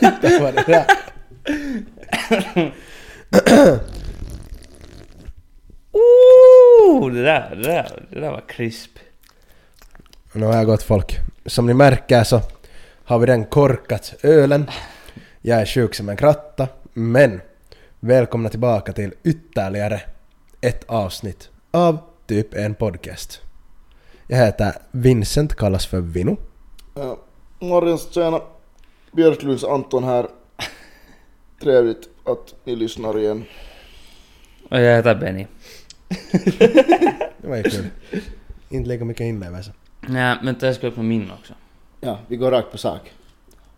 Hitta på det där. Oh, det där, det där, det där var krisp. Nu har jag gått folk. Som ni märker så har vi den korkat ölen. Jag är sjuk som en kratta, men välkomna tillbaka till ytterligare ett avsnitt av typ en podcast. Jag heter Vincent, kallas för Vinu. Ja, morgens tjena. Björklunds Anton här. Trevligt att ni lyssnar igen. Och jag heter Benny. Det var ju kul. Inte lika mycket inlevelse. Nej, vänta jag ska på min också. Ja, vi går rakt på sak.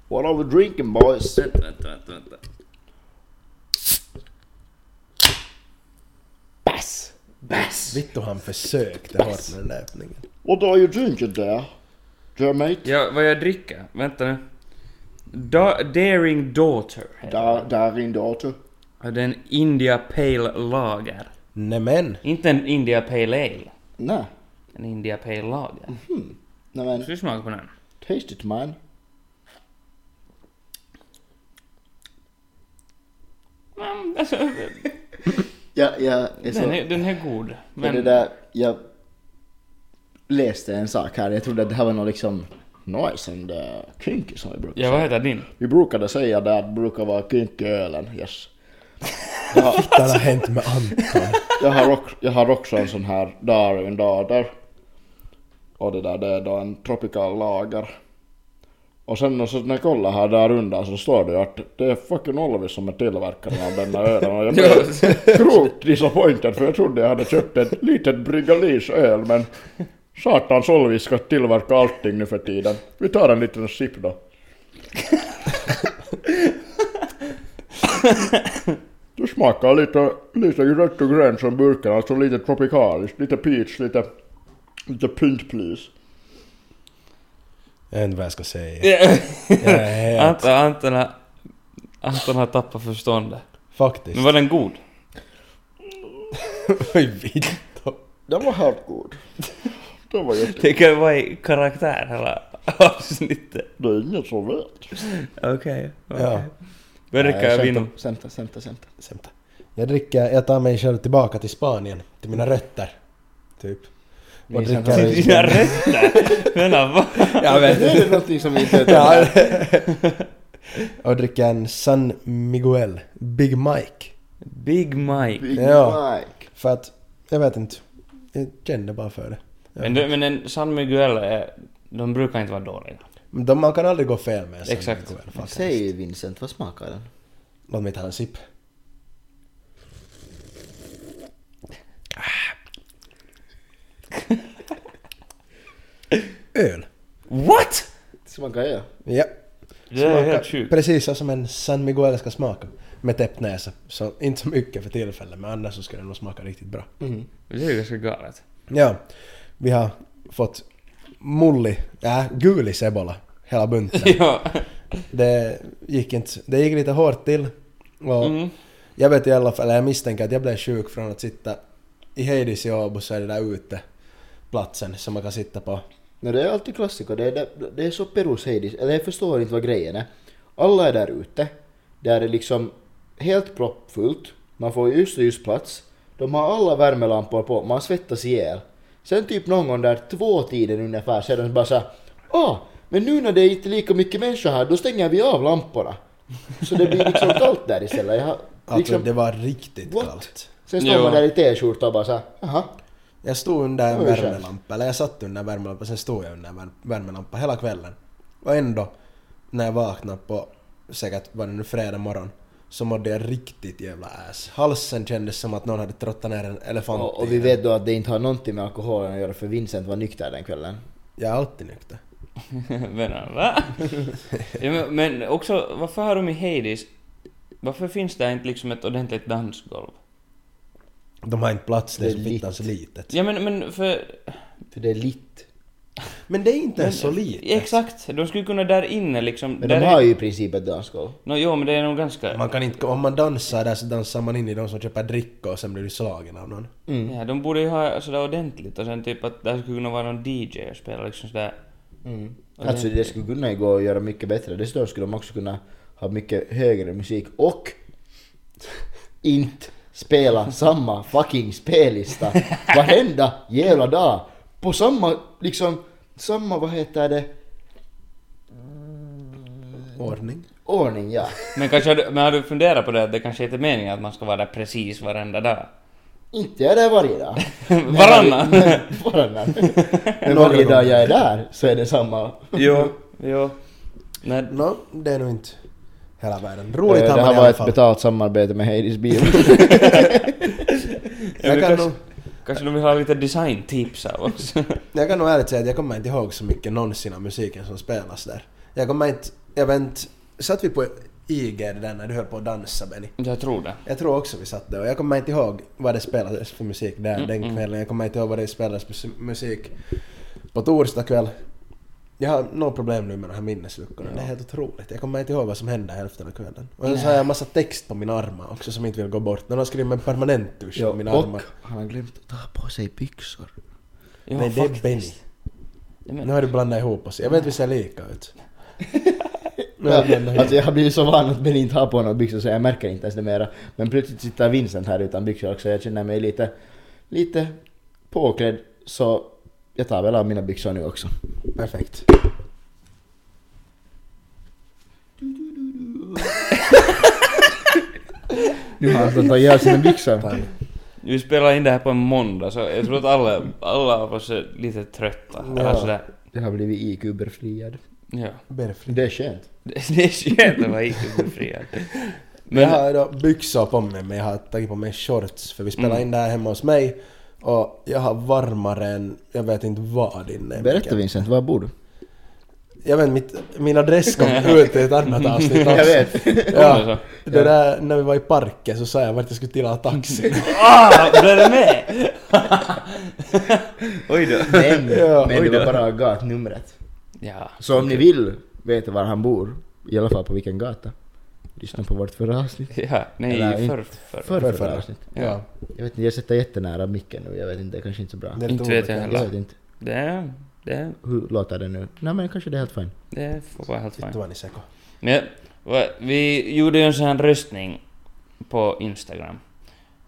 What are we drinking boys? Vänta, vänta, vänta. vänta. Bass! Bass! Vittu han försökte hårt med den där öppningen. What are you drinking there? Dear mate? Ja, vad jag dricker? Vänta nu. Da- Daring Daughter heter Där, där in dator. den. Det är en India Pale Lager. Nämen! Inte en India Pale Ale. Nej, En India Pale Lager. nej men. Ska du smaka på den? Taste it man. Mm, alltså, Ja, ja, alltså, den, är, den är god. men... det där, jag läste en sak här. Jag trodde att det här var något liksom nice and uh, kinky som vi brukar Ja, vad heter din? Vi brukade säga det att det brukar vara kinkölen, yes. Vad har hänt med Anton? Jag har, också, jag har också en sån här Darwin Dader. Och det där, det är då en tropical lager. Och sen så när jag kollar här där undan så står det ju att det är fucking Olvi som är tillverkaren av denna ölen. Och jag blev grovt disappointed för jag trodde jag hade köpt ett litet Bryggalis öl men satans Olvi ska tillverka allting nu för tiden. Vi tar en liten sipp då. Det smakar lite, lite rött och grönt som burken, alltså lite tropikaliskt, lite peach, lite, lite pynt please. Jag vet inte vad jag ska säga. Jag är helt... Anton, Anton, har- Anton har tappat förståndet. Men Faktiskt. var den god? Oj, Vittu. Den var helt god. Den var jättegod. Det kan vara i karaktär hela avsnittet. Det är ingen som vet. Okej. Okay, Ja. Vad dricker Vino? Sämta, sämta, sämta. Sämta. Jag dricker, jag tar mig själv tillbaka till Spanien, till mina rötter. Typ. Och Vincent dricker... Dina har- rötter? Menar vad? Jag vet Det inte. är någonting som vi inte vet. Ja. Och dricker en San Miguel, Big Mike. Big Mike. Big Ja. Mike. För att, jag vet inte. Jag kände bara för det. Men, du, men en San Miguel, är, de brukar inte vara dåliga. Men de, man kan aldrig gå fel med en San Exakt. Miguel faktiskt. Säg Vincent, vad smakar den? Låt mig ta en sipp. Ah. Öl. What? Smakar jag? Ja. Det är Smakar helt sjukt. Precis så som en San Miguel ska smaka. Med täppt näsa. Så inte så mycket för tillfället men annars så skulle den nog smaka riktigt bra. Mm. Det är ju ganska galet. Ja. Vi har fått mulli, äh, gulis ebola. Hela bunten. Ja. det gick inte, det gick lite hårt till. Och Mm. Jag vet i alla fall, eller jag misstänker att jag blev sjuk från att sitta i Heidis i Åbo så är det där ute platsen som man kan sitta på. Nej, det är alltid klassiker. Det är, det, det är så peruseidiskt. Eller jag förstår inte vad grejen är. Alla är där ute. Där är liksom helt proppfullt. Man får just och just plats. De har alla värmelampor på. Man svettas ihjäl. Sen typ någon gång där två tiden ungefär så är de bara såhär Åh, men nu när det är inte lika mycket människor här då stänger vi av lamporna. Så det blir liksom kallt där istället. Jag har, Alltså liksom, det var riktigt What? kallt. Sen står Ja. man där i t-skjorta och bara såhär Jaha. Jag stod under en Oj, chef. värmelampa, eller jag satt under en värmelampa, sen stod jag under en vär- värmelampa hela kvällen. Och ändå, när jag vaknade på, säkert var det nu fredag morgon, så mådde jag riktigt jävla ass. Halsen kändes som att någon hade trottat ner en elefant Och, i och vi den. vet då att det inte har någonting med alkoholen att göra för Vincent var nykter den kvällen. Jag är alltid nykter. Menar va? ja, men, men också, varför har de i Hades, varför finns det inte liksom ett ordentligt dansgolv? De har inte plats, det är Det är så fittans litet. Ja men, men för... För det är litt. Men det är inte ens så litet. Exakt, de skulle kunna där inne liksom... Men där de har ju i princip ett dansgolv. No, jo, men det är nog ganska... Man kan inte, om man dansar där så dansar man in i de som köper dricka och sen blir du slagen av någon. Ja, de borde ju ha sådär ordentligt och sen typ att där skulle kunna vara någon DJ och spela liksom sådär Mm. Och det- Alltså det skulle kunna gå att göra mycket bättre. Dessutom skulle de också kunna ha mycket högre musik och inte spela samma fucking spellista varenda jävla dag. På samma, liksom, samma vad heter det, Ordning. ordning ja. Men, kanske har du, men har du funderat på det att det kanske inte är meningen att man ska vara där precis varenda dag? Inte jag är där varje dag. Men Varannan. varje- Varannan. Men varje dag jag är där så är det samma. jo, jo. Nej, Nå, det är nog inte hela världen. Eh, Roligt Det har man här i var alla ett fall. betalt samarbete med Heidis bil. Jag kan, kanske, nog, kanske de vill ha lite designtips av oss. jag kan nog ärligt säga att jag kommer inte ihåg så mycket någonsin av musiken som spelas där. Jag kommer inte... Jag vet inte... Satt vi på IG där när du höll på att dansa Benny? jag tror det. Jag tror också vi satt där och jag kommer inte ihåg vad det spelades för musik där den kvällen. Jag kommer inte ihåg vad det spelades för mus- musik på torsdag kväll. Jag har några problem nu med de här minnesluckorna. Det är helt otroligt. Jag kommer inte ihåg vad som hände hälften av kvällen. Och sen så har jag en massa text på mina armar också som inte vill gå bort. Någon har skrivit med permanent tusch på mina och armar. han har glömt att ta på sig byxor. Jo, Nej, det är fuck. Benny. Nej, men- Nu har du blandat ihop oss. Jag vet vi ser lika ut. Nu har Ja, jag blandat ihop. alltså jag har blivit så van att Benny inte har på några byxor så jag märker inte ens det mera. Men plötsligt sitter Vincent här utan byxor också. Jag känner mig lite, lite påklädd. Så jag tar väl av mina byxor nu också. Perfekt. Nu har han stått och gör sina byxor. Vi spelar in det här på en måndag så jag tror att alla, alla av oss är lite trötta. Ja. Eller sådär. Jag har blivit IQ-befriad. Ja. Berfli. Det är skönt. Det det är skönt att vara IQ-befriad. Jag Men har då byxor på mig men jag har tagit på mig shorts för vi spelar Mm. in det här hemma hos mig och jag har varmare än jag vet inte vad inne. i Berätta micken. Vincent, var bor du? Jag vet mitt, min adress kom ut i ett annat avsnitt också. Jag vet. Ja, Ja. det där när vi var i parken så sa jag vart jag skulle tillha taxi. Ah! Blev det med? Oj då. Men, Ja, men oj det då. var bara gatnumret. Ja. Så om ni vill veta var han bor, i alla fall på vilken gata, lyssna på vårt förra avsnitt. Ja, Eller nej, inte. för, för, Förra, Förrförra. förra avsnitt. Ja. Jag vet inte, jag sitter jättenära micken nu, jag vet inte, det kanske inte är så bra. Det är lite Inte vet jag olika. heller. Jag vet inte. Det, är- det, är- Hur låter det nu? Nej men kanske det är helt fint. det får vara helt Vittu fint. vad ni säker. Men jag- va- vi gjorde ju en sån här röstning på Instagram.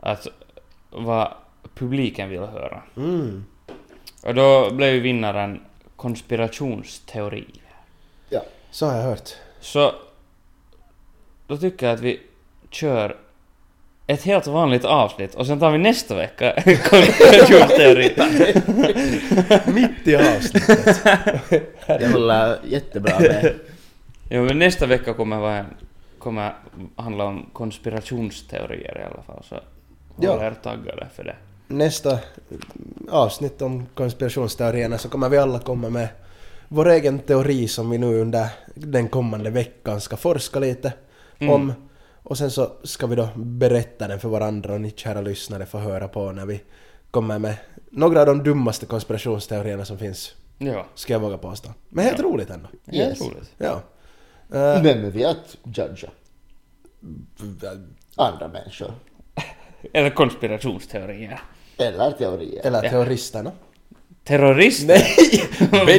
Att vad publiken vill höra. Mm. Och då blev ju vinnaren konspirationsteori. Så har jag hört. Så då tycker jag att vi kör ett helt vanligt avsnitt och sen tar vi nästa vecka konspirationsteori. Mitt i avsnitt. Jag håller jättebra med. Jo men nästa vecka kommer vara en, kommer handla om konspirationsteorier i alla fall så Ja. håll er taggade för det. Nästa avsnitt om konspirationsteorierna så kommer vi alla komma med vår egen teori som vi nu under den kommande veckan ska forska lite Mm. om. Och sen så ska vi då berätta den för varandra och ni kära lyssnare får höra på när vi kommer med några av de dummaste konspirationsteorierna som finns, Ja, ska jag våga påstå. Men helt roligt ändå. helt Yes. roligt. Ja. Eh, Vem är vi att judga? Andra människor. Eller konspirationsteorier. Eller teorier. eller terroristerna. Terrorister? Nej!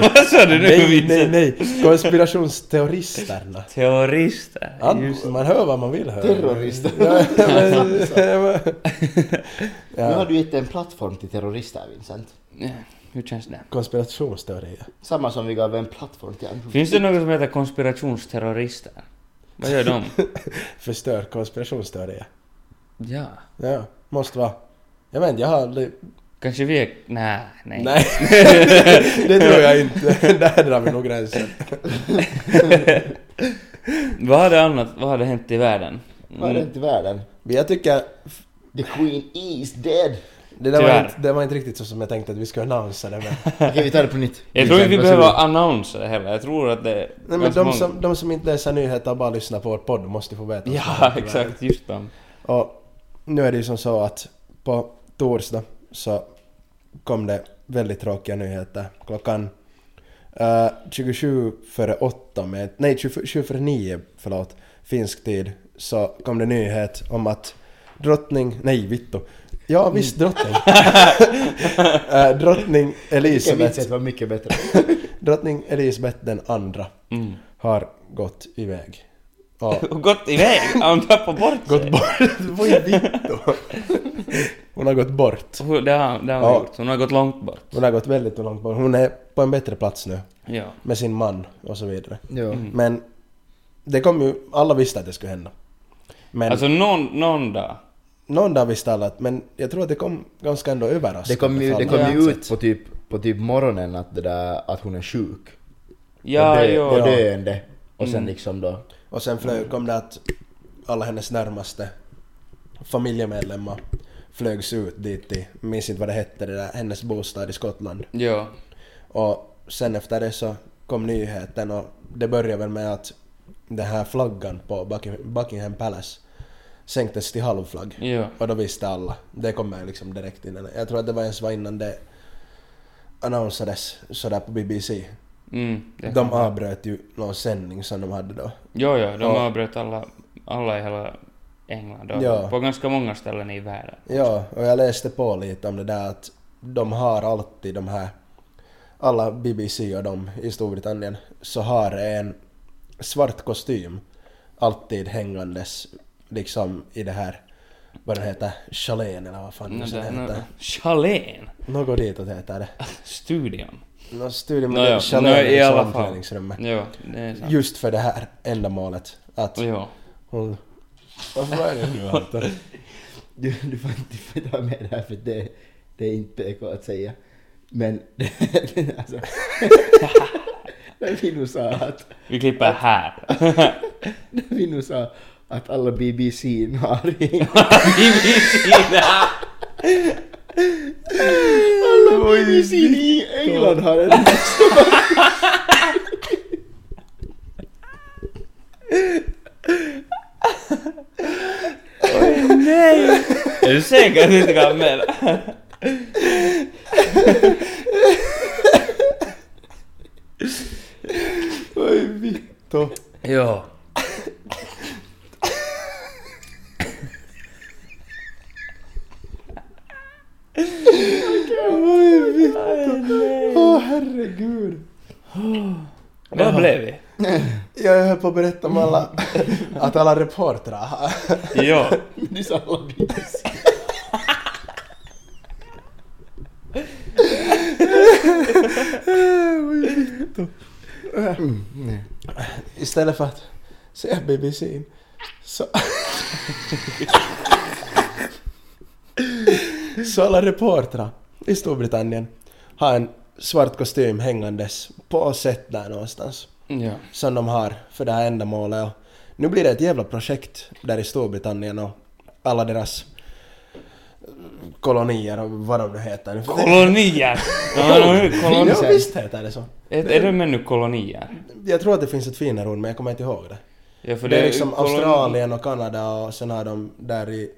Vad sa du nu Nej, nej, Vincent? nej! Konspirationsterroristerna. Terrorister? Ja, Just. man hör vad man vill höra. Terrorister. Ja, men- Nu har du gett en plattform till terrorister Vincent. Ja, Hur känns det? Konspirationsteorier. Samma som vi gav en plattform till andra. Finns det något som heter konspirationsterrorister? Vad gör de? Förstör konspirationsteorier. Ja. Ja, måste vara. Jag vet inte, jag har aldrig... Kanske vi är... Nej, nej. Nej. det tror jag inte. Där drar vi nog gränsen. Vad har det annat... Vad har det hänt i världen? Vad är det inte i världen? Men jag tycker... The Queen is dead! Det, där var Tyvärr. inte, det var inte riktigt så som jag tänkte att vi skulle annonsa det men... Okej vi tar det på nytt. Jag tror inte vi Vincent, varsågod. behöver annonser heller. Jag tror att det... är Nej men ganska de många- som, de som inte läser nyheter och bara lyssnar på vår podd måste få veta. vad som Ja, händer i världen. exakt. Just dem. Och nu är det ju som så att på torsdag så kom det väldigt tråkiga nyheter. Klockan eh, 27 före 8 med, nej 27 före 9 förlåt, finsk tid så kom det nyhet om att drottning, nej vittu. Ja visst drottning. Äh, drottning Vilken Elisabeth. vitset var mycket bättre. Drottning Elisabeth den andra har gått iväg. Ja, Och gått iväg! Har hon tappat bort sig? gått bort. Vad är vittu? Hon har gått bort. Hon- Det har, det har hon Ja. gjort. Hon har gått långt bort. Hon har gått väldigt långt bort. Hon är på en bättre plats nu. Ja. Med sin man och så vidare. Jo. Men det kom ju, alla visste att det skulle hända. Men Alltså någon, någon dag. någon dag visste alla att, men jag tror att det kom ganska ändå överraskande. Det kom ju, för det alla. Alltså, kom ju Ja. ut på typ, på typ morgonen att, det där, att hon är sjuk. och, Ja, Mm. dö, jo. och Ja. döende. Och sen liksom då... Och sen flög, kom det att alla hennes närmaste familjemedlemmar flögs ut dit till, minns inte vad det hette, det där, hennes bostad i Skottland. Jo. Och sen efter det så kom nyheten och det började väl med att den här flaggan på Bucking- Buckingham Palace sänktes till halvflagg. Jo. Och då visste alla. Det kom ju liksom direkt innan. Jag tror att det var ens var innan det annonsades sådär på BBC. Mm, det. De avbröt ju någon sändning som de hade då. Jo, jo. De Ja. avbröt alla, alla i hela England. Och Ja. På ganska många ställen i världen. Ja, och jag läste på lite om det där att de har alltid de här, alla BBC och de i Storbritannien, så har en svart kostym alltid hängandes liksom i det här, vad den heter, chalén eller vad fan No, det sen Mm, det, heter. no, Chalén! Något ditåt heter det. Studion. Någon studie Nå, ja. med chalén Nå, i i alla fall. omklädningsrummet. Jo, det är sant. Just för det här ändamålet. Att Jo. hon... Varför är det nu Anton? Du, du, får, inte- du får inte ha med det här för det, det är inte PK att säga. Men... alltså... När vi nu sa att... Vi klipper här. När vi nu sa att alla BBC har I min sida! Alla BBC i England har en Nej! Är du säker att du inte kan med Oj, Vittu. Jo. Oj, Vittu. niin. Åh herregud. Var blev vi? Jag höll på att berätta om alla, att alla reportrar Jo. Du sa alla BBC. istället för att säga BBC så... så alla reportrar i Storbritannien har en svart kostym hängandes på set där någonstans Jo. som de har för det här ändamålet. Och nu blir det ett jävla projekt där i Storbritannien och alla deras kolonier och vad de nu heter. Nu får- Kolonier! Ja, men de är ju kolonier. Ja, visst heter det så. Är, är det med nu kolonier? Jag tror att det finns ett finare ord men jag kommer inte ihåg det. Ja, för det, är liksom kolon- Australien och Kanada och sen har de där i...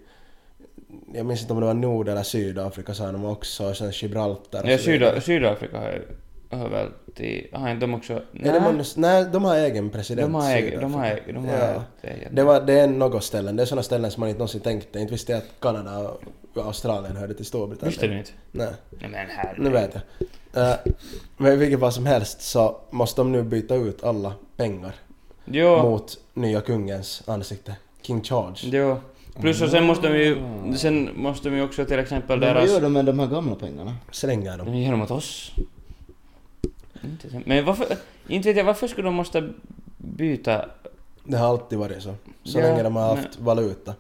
Jag minns inte om det var Nord eller Sydafrika sa de också och sen Gibraltar och Ja, så vidare. Syda, Sydafrika har ju... Har väl till... Har inte de också... Är det månne- Nej, de har egen president. De har egen- de har Sydafrika. egen- de har alltså. ja. egen- det, var, det är något ställen, det är sådana ställen som man inte någonsin tänkte. Inte visste jag att Kanada och Australien hörde till Storbritannien. Visste du inte? Nej. Nej men herregud. Nu vet jag. Eh, men i vilket fall som helst så måste de nu byta ut alla pengar Jo. mot nya kungens ansikte. King Charles. Jo. Plus och sen måste de ju... Sen måste de ju också till exempel Men vad deras... gör de med de här gamla pengarna? Slänger dem. De ger dem åt oss. Inte sen- Men varför... Inte vet jag varför skulle de måste byta... Det har alltid varit så. Så Ja, länge de har haft valuta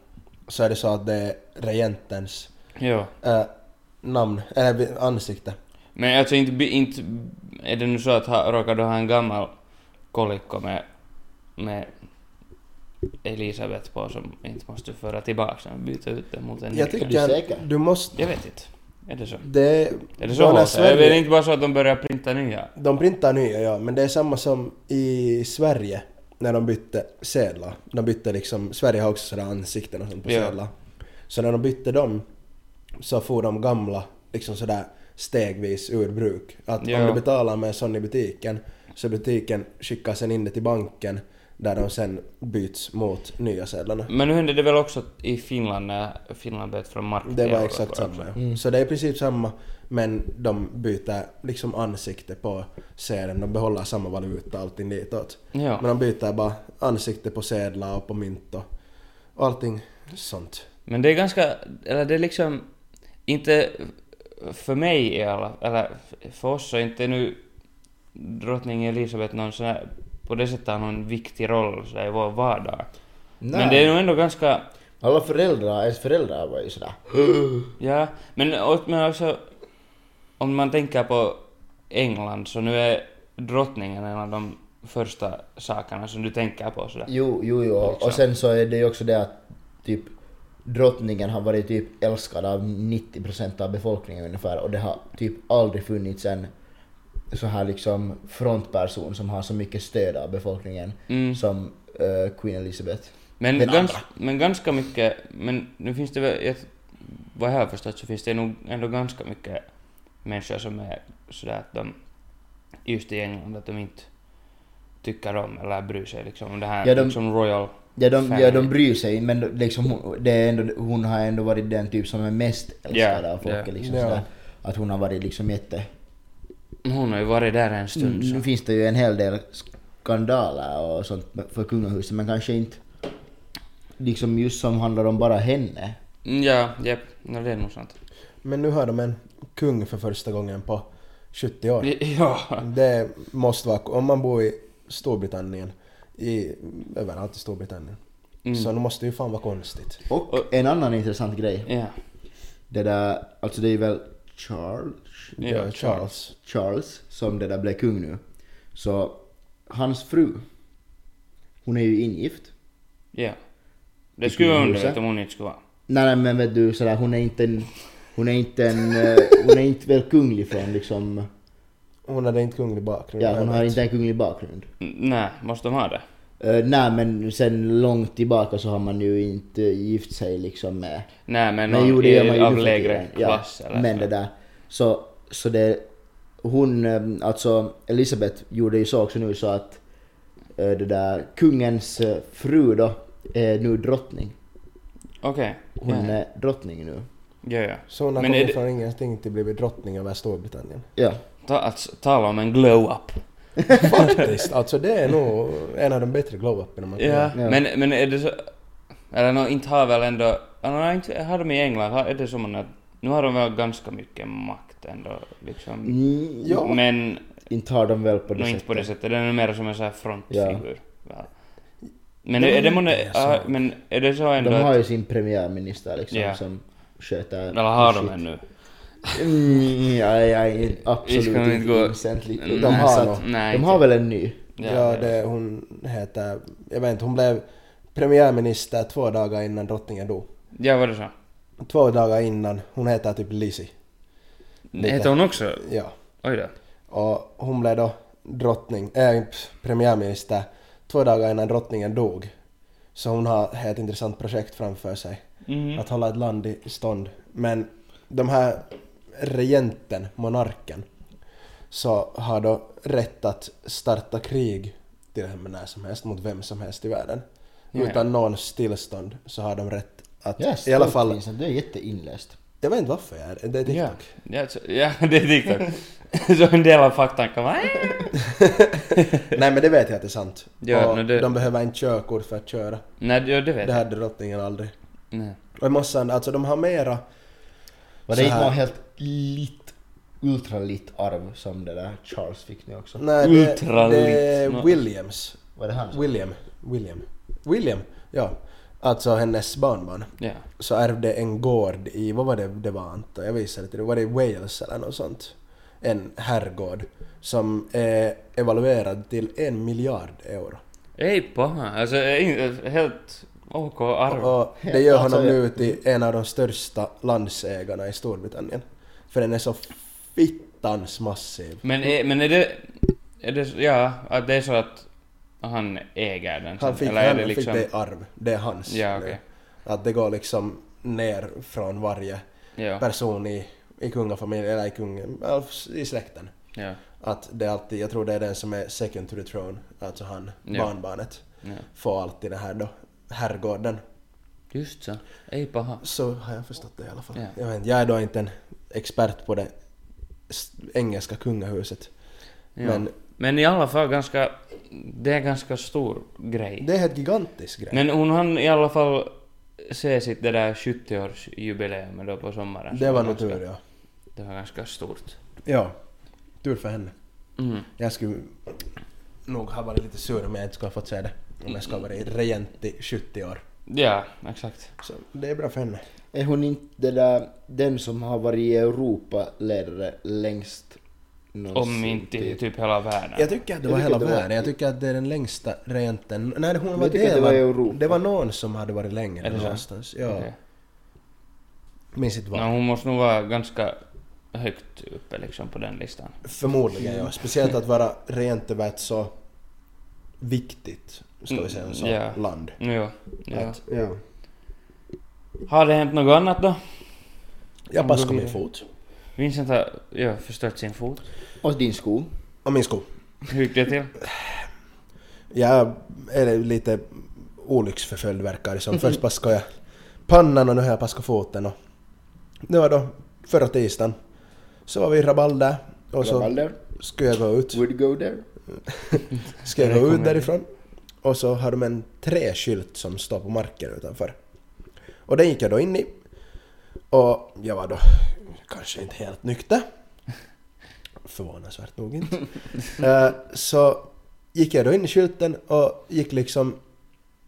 så är det så att det är regentens Jo. eh, namn, eller vi- ansikte. Men alltså inte, by- inte är det nu så att ha, råkar du ha en gammal kolikko med, med Elisabeth på som inte måste du föra tillbaka den, byta ut den mot en ny. Jag du tycker säker? att du måste... Jag vet inte. Är det så? Det Är det så Bara hårt? Är Sverige- det inte bara så att de börjar printa nya? De printar nya ja, men det är samma som i Sverige när de bytte sedlar. De bytte liksom, Sverige har också sådana ansikten och sånt på Ja. sedlar. Så när de bytte dem så får de gamla liksom sådär stegvis ur bruk. Att Ja. om du betalar med en sån i butiken så butiken skickar sen in det till banken där de sen byts mot nya sedlarna. Men nu hände det väl också i Finland när Finland böt från mark Det till var euro, exakt tror jag. samma. ja. Mm. Så det är i princip samma, men de byter liksom ansikte på sedeln. De behåller samma valuta allting ditåt. Ja. Men de byter bara ansikte på sedlar och på mynt och och allting sånt. Men det är ganska, eller det är liksom inte för mig i alla eller för oss så är inte nu drottning Elisabeth någon sån här, på det sättet har någon viktig roll så här i vår vardag. Nej. Men det är nog ändå ganska, Alla föräldrar, ens föräldrar var ju sådär. ja, men, och, men också om man tänker på England så nu är drottningen en av de första sakerna som du tänker på sådär. Jo, jo, jo. Liksom. Och sen så är det ju också det att typ drottningen har varit typ älskad av 90% av befolkningen ungefär och det har typ aldrig funnits en så här liksom frontperson som har så mycket stöd av befolkningen Mm. som eh, Queen Elizabeth. Men, Den gans, andra. men ganska mycket, men nu finns det väl, jag, vad jag har förstått så finns det nog ändå ganska mycket människor som är sådär att de, just i England, att de inte tycker om eller bryr sig liksom om det här Ja, de- liksom royal... Ja de, Fan. ja, de bryr sig men liksom, hon- det är ändå, hon har ändå varit den typ som är mest älskad Ja, av folket. ja. Liksom, Ja. sådär. Att hon har varit liksom jätte... Hon har ju varit där en Mm, stund Nu så. finns det ju en hel del skandaler och sånt för kungahuset men kanske inte liksom just som handlar om bara henne. Mm, Ja, japp, no, det är nog sant. Men nu har de en kung för första gången på 70 år. Ja, Det måste vara, om man bor i Storbritannien, i, överallt i Storbritannien, Mm. så det måste ju fan vara konstigt. Och en annan intressant grej. ja. Det där, alltså det är väl Charles, Ja, Ja, Charles. Charles som det där blev kung nu. Så hans fru, hon är ju ingift. ja. Det skulle vara kungahuset. underligt om hon inte skulle vara. Nej, nej men vet du sådär, hon är inte en, hon är inte en, eh, hon är inte väl kunglig från liksom, Hon hade inte kunglig bakgrund. ja jag hon har vet. inte en kunglig bakgrund. N- Nej, måste de ha det? Uh, nej men sen långt tillbaka så har man ju inte gift sig liksom med... Nej, men, Men någon jo det i- gör man ju av nu för lägre tiden, klass eller Men det så. där. Så, så det... Hon, eh, alltså Elisabeth gjorde ju så också nu så att eh, det där kungens eh, fru då är nu drottning. Okej. Hon ja. är drottning nu. Ja, ja. Så hon har Men är kommit det- från ingenting till blivit drottning över Storbritannien. Ja. Ta, att tala om en glow-up. Faktiskt, alltså det är nog en av de bättre glow-uperna man kan Ja, göra. Ja. men, men är det så... Eller nå, inte har väl ändå... Eller, nå, inte har de i England, har, är det så man att... Nu har de väl ganska mycket makt ändå, liksom. Mm, Ja. Men Inte har de väl på det nog inte sättet. på det sättet. Det är nog mer som en sån här frontfigur. väl. Men är, är det månne, lite så. ah, men är det så ändå De har att... ju sin premiärminister liksom Ja. som sköter... Eller har de shit. ännu? Mm, jag är absolut Vi ska inte gå- inocently- Nej, De så har, att- nog- nej, typ. de inte. har väl en ny? Ja, det, hon heter... Jag vet inte, hon blev premiärminister två dagar innan drottningen dog. Ja, var det så? Två dagar innan, hon heter typ Lizzie. Lite. Heter hon också? Ja. Oj då. Och hon blev då drottning, äh, ps- premiärminister två dagar innan drottningen dog. Så hon har ett intressant projekt framför sig. Mhm. Att hålla ett land i stånd. Men de här regenten, monarken, så har då rätt att starta krig till hemma när som helst mot vem som helst i världen. Ja, ja. Utan någons tillstånd så har de rätt att Jag är stolt, i alla fall... Vincent. Du är jätteinläst. Jag vet inte varför jag är det. är TikTok. Ja, ja, så- ja, det är TikTok. så en del av faktan kan vara... Nej men det vet jag att det är sant. Ja, och men det- De behöver inte körkort för att köra. Nej, ja, det vet Det jag. hade drottningen aldrig. Nej. Och i mossan, alltså de har mera... Var Så det inte här. någon helt lit, ultralitt arv som det där Charles fick nu också? Nej, det, Ultralit. det är Nå. Williams. Var det han som... William. William. William, ja. Alltså hennes barnbarn. Ja. Så ärvde en gård i, vad var det det var Anton? Jag visade till dig. Var det i Wales eller något sånt? En herrgård. Som är evaluerad till en miljard euro. Ei paha, alltså eh, in- eh, helt ok arv. Och det gör Alltså, honom jag- nu till en av de största landsägarna i Storbritannien. För den är så fittans massiv. Men, är, men är det, är det, så- ja, att det är så att han äger den Han fick, eller är han det liksom... fick det i arv, det är hans. Ja, nu. okej. Att det går liksom ner från varje Ja, person i, i kungafamiljen, eller i kungen, eller i släkten. ja, Att det är alltid, jag tror det är den som är second to the throne, alltså han, Ja. barnbarnet. Ja. få allt i den här då, herrgården. Just så. Ei paha. Så har jag förstått det i alla fall. Ja. Jag, vet, inte, jag är då inte en expert på det s- engelska kungahuset. Ja. Men Men i alla fall ganska... Det är ganska stor grej. det är ett gigantiskt grej. Men hon hann i alla fall se sitt det där 70-årsjubileumet då på sommaren. det Så var nog ganska- tur ja. Det var ganska stort. Ja, tur för henne. Mm. Jag skulle nog ha varit lite sur om jag inte skulle ha fått se det. Om jag skulle ha varit regent i 70 år. Ja, exakt. Så det är bra för henne. Är hon inte det där, den som har varit i Europa ledare längst någonsin? Om inte i typ? typ hela världen. Jag tycker att det Jag var tycker hela det var- världen. Jag tycker att det är den längsta regenten. Nej, hon var Jag tycker att det var delad. Europa. Det var någon som hade varit Är längre det så? någonstans. Ja. Okej. Minns inte var. No, hon måste nog vara ganska högt uppe liksom på den listan. Förmodligen ja. Speciellt att vara regent över ett så viktigt, ska vi säga, så Mm, ja. land. Nu ja. ja. Att Ja. Har det hänt något annat då? jag Om vi paskar går min vidare. fot. Vincent har ja, förstört sin fot. Och din sko. Och min sko. Hur gick det till? Jag är lite olycksförföljd verkar det som. Först paskade jag pannan och nu har jag paskat foten. Och det var då förra tisdagen. Så var vi i Rabalder och så Rabalder. skulle jag gå ut. Would go there. Ska jag gå ut Rekommenderar. därifrån? Och så har de en träskylt som står på marken utanför. Och den gick jag då in i. Och jag var då kanske inte helt nykter. Förvånansvärt nog inte. Eh, så gick jag då in i skylten och gick liksom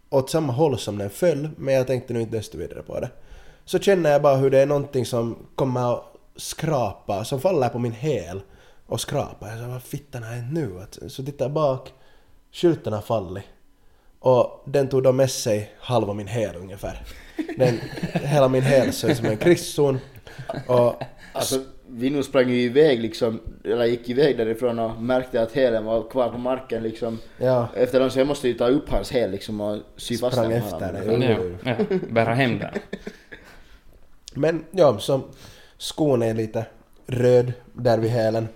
åt samma håll som den föll. Men jag tänkte nu inte desto vidare på det. Så känner jag bara hur det är någonting som kommer att skrapa, som faller på min häl och skrapar. Jag sa vad fittan har hänt nu? Att- Så tittar jag bak, skylten har fallit. Och den tog då med sig halva min häl ungefär. Den, hela min häl ser ut som en krigszon. Och Alltså, vi nu sprang ju iväg liksom, eller gick iväg därifrån och märkte att hälen var kvar på marken liksom. ja, Efter den så jag måste ju ta upp hans häl liksom och sy fast Sprang den efter honom. dig. Ja, Jo, ja. jo, Bära hem den. Men ja, som skon är lite röd där vid hälen.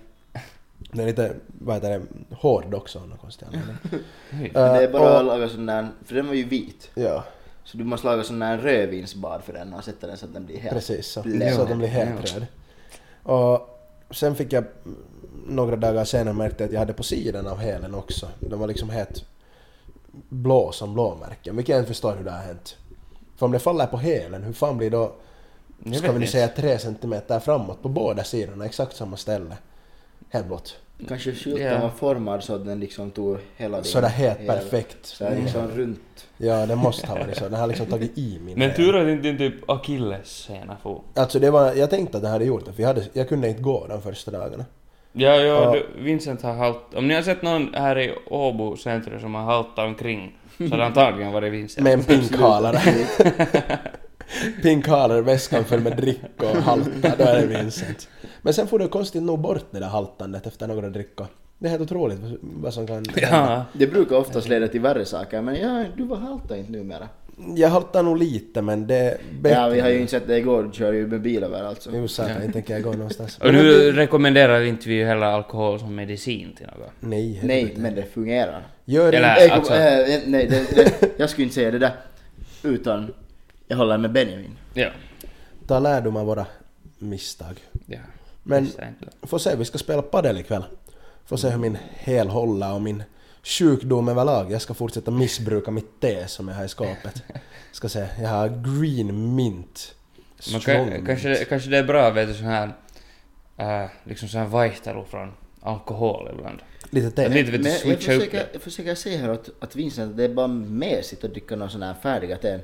Den är lite, vad heter det, hård också av någon konstig anledning. Oj. Men det är Eh, bara att och- laga sån där, för den var ju vit. Ja, Så du måste laga sån där rödvinsbad för den och sätta den så att den blir hel. precis så. Blå. Så att den blir helt röd. Och sen fick jag några dagar senare märkte att jag hade på sidan av hälen också. Den var liksom helt blå som blåmärken, vilket jag inte förstår hur det har hänt. För om det faller på hälen, hur fan blir då, Jag ska vet vi nu inte. säga tre centimeter framåt på båda sidorna, exakt samma ställe? Helt blått. Kanske skylten Ja. var formad så att den liksom tog hela din Sådär helt häl. perfekt. Mm. Så här liksom runt. Ja, det måste ha varit så. Den har liksom tagit i min Men häl. tur att inte din typ akilleshäna for. Alltså det var, jag tänkte att det hade gjort det, för jag, hade, jag kunde inte gå de första dagarna. Ja, ja, Ja. Du, Vincent har halt... Om ni har sett någon här i Åbo centrum som har haltat omkring så har det antagligen varit Vincent. Med en pinkhalare. pinkhalare, väskan full med drick och halta, då är det Vincent. Men sen får du konstigt nog bort det där haltandet efter några drickor. Det är helt otroligt vad- vad som kan hända. Ja. Det brukar oftast leda till värre saker men ja, du var halta inte numera. Jag haltar nog lite men det är bättre. Ja, vi har ju inte sett dig igår, du kör ju med bil alltså. överallt så. Jo satan, inte tänker jag gå någonstans. Och nu rekommenderar vi inte vi ju heller alkohol som medicin till något. Nej, Nej, helvete. men det fungerar. Gör det Eller- inte. Äh, alltså- äh, nej, det, det, jag skulle inte säga det där. Utan jag håller med Benjamin. Ja. Ta lärdom av våra misstag. ja. Men- Visst är inte. Får se, vi ska spela padel ikväll. Får se hur min hel håller och min sjukdom överlag. Jag ska fortsätta missbruka mitt te som jag har i skåpet. Ska se, jag har green mint. Men Strong ka- mint. kanske, kanske det är bra vet du sån här... Äh, liksom sån här vajtalo från alkohol ibland. Lite Att te. lite vet du Men jag switcha upp försöker, det. jag försöker se här att, att Vincent, det är bara mesigt att dricka någon sån här färdiga te.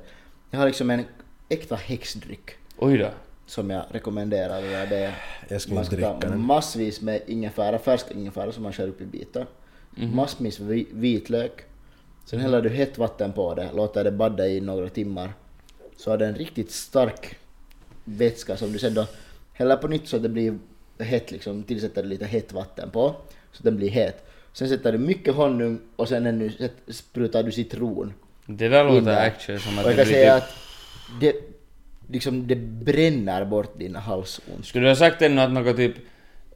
Jag har liksom en äkta häxdryck Oj då. som jag rekommenderar. och Det är Jag ska man inte ska dricka ta den. massvis med ingefära, färsk ingefära som man skär upp i bitar. Massvis med vi- vitlök. Sen häller du hett vatten på det, låter det badda i några timmar. Så har det en riktigt stark vätska som du sen då häller på nytt så att det blir hett liksom. Tillsätter du lite hett vatten på så att den blir het. Sen sätter du mycket honung och sen ännu sätt- sprutar du citron. Det där in låter där. actually som att Och det jag kan blir säga typ... att det, liksom, det bränner bort din halsont. Skulle du ha sagt ännu att något typ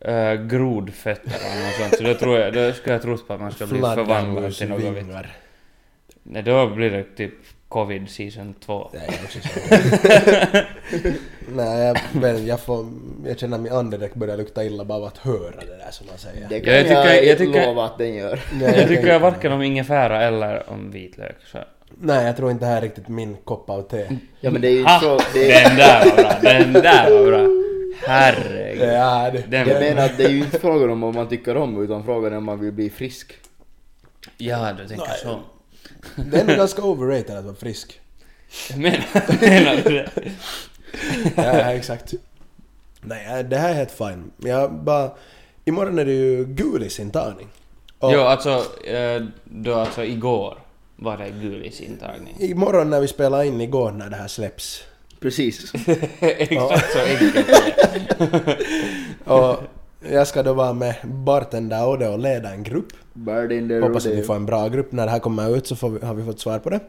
äh, grodfötter eller något sånt så då tror jag... Då skulle jag trott på att man ska bli förvandlad till något vitt. Fladdermusvingar. Nej, då blir det typ covid season 2. Nej, jag är också så. Nej, jag, men jag, får, jag känner min andedräkt börjar lukta illa bara av att höra det där som man säger. Det kan jag jag, tycker- jag tycker- lova att den gör. Nej, Jag tycker kan- varken om ingefära eller om vitlök. Så. Nej, jag tror inte det här är riktigt min kopp av te. Ja men det är ju Ah, så... Det är, den där var bra, den där var bra. Herregud. Ja, det, Den, jag menar att det är ju inte frågan om vad man tycker om utan frågan är om man vill bli frisk. ja, du tänker så. det är nog ganska overrated att vara frisk. Jag menar, menar du det? Ja, exakt. Nej, det här är helt fine. Jag bara... Imorgon är det ju gulisintagning. Och Jo, alltså, eh, då alltså igår var det Gulis intagning. Imorgon när vi spelar in igår när det här släpps. Precis. Exakt så enkelt är det. Och jag ska då vara med bartender Ode och leda en grupp. Bird in the Hoppas att rodeo. vi får en bra grupp. När det här kommer ut så får vi, har vi fått svar på det.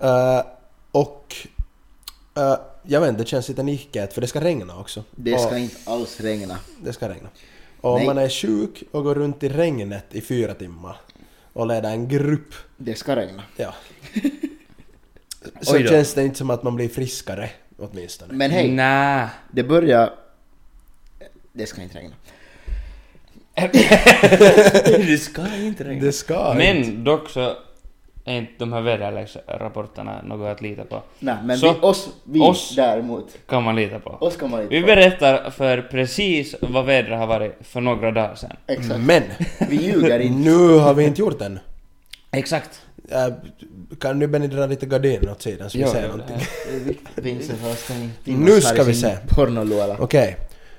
Eh, och... eh, jag vet inte, det känns lite nickigt för det ska regna också. Det Ah. Och- ska inte alls regna. Det ska regna. Och om Nej. man är sjuk och går runt i regnet i fyra timmar och leder en grupp, Det ska regna. ja. Så Oj då. känns det inte som att man blir friskare åtminstone. Men hej, Nä. det börjar... Det ska inte regna. Det ska inte regna. Det ska inte. Men dock så är inte de här väderleksrapporterna något att lita på. Nej, men Så, vi, oss, vi oss- däremot. Kan man lita på. Oss kan man inte Vi berättar för precis vad vädret har varit för några dagar sedan. Exakt. Men! Vi ljuger inte. Nu har vi inte gjort den. Exakt. Äh, kan du Benny dra lite gardiner åt sidan så vi ser någonting? Vincent har stängt in Nu oss här ska i vi sin se. Pornoluola. Okej.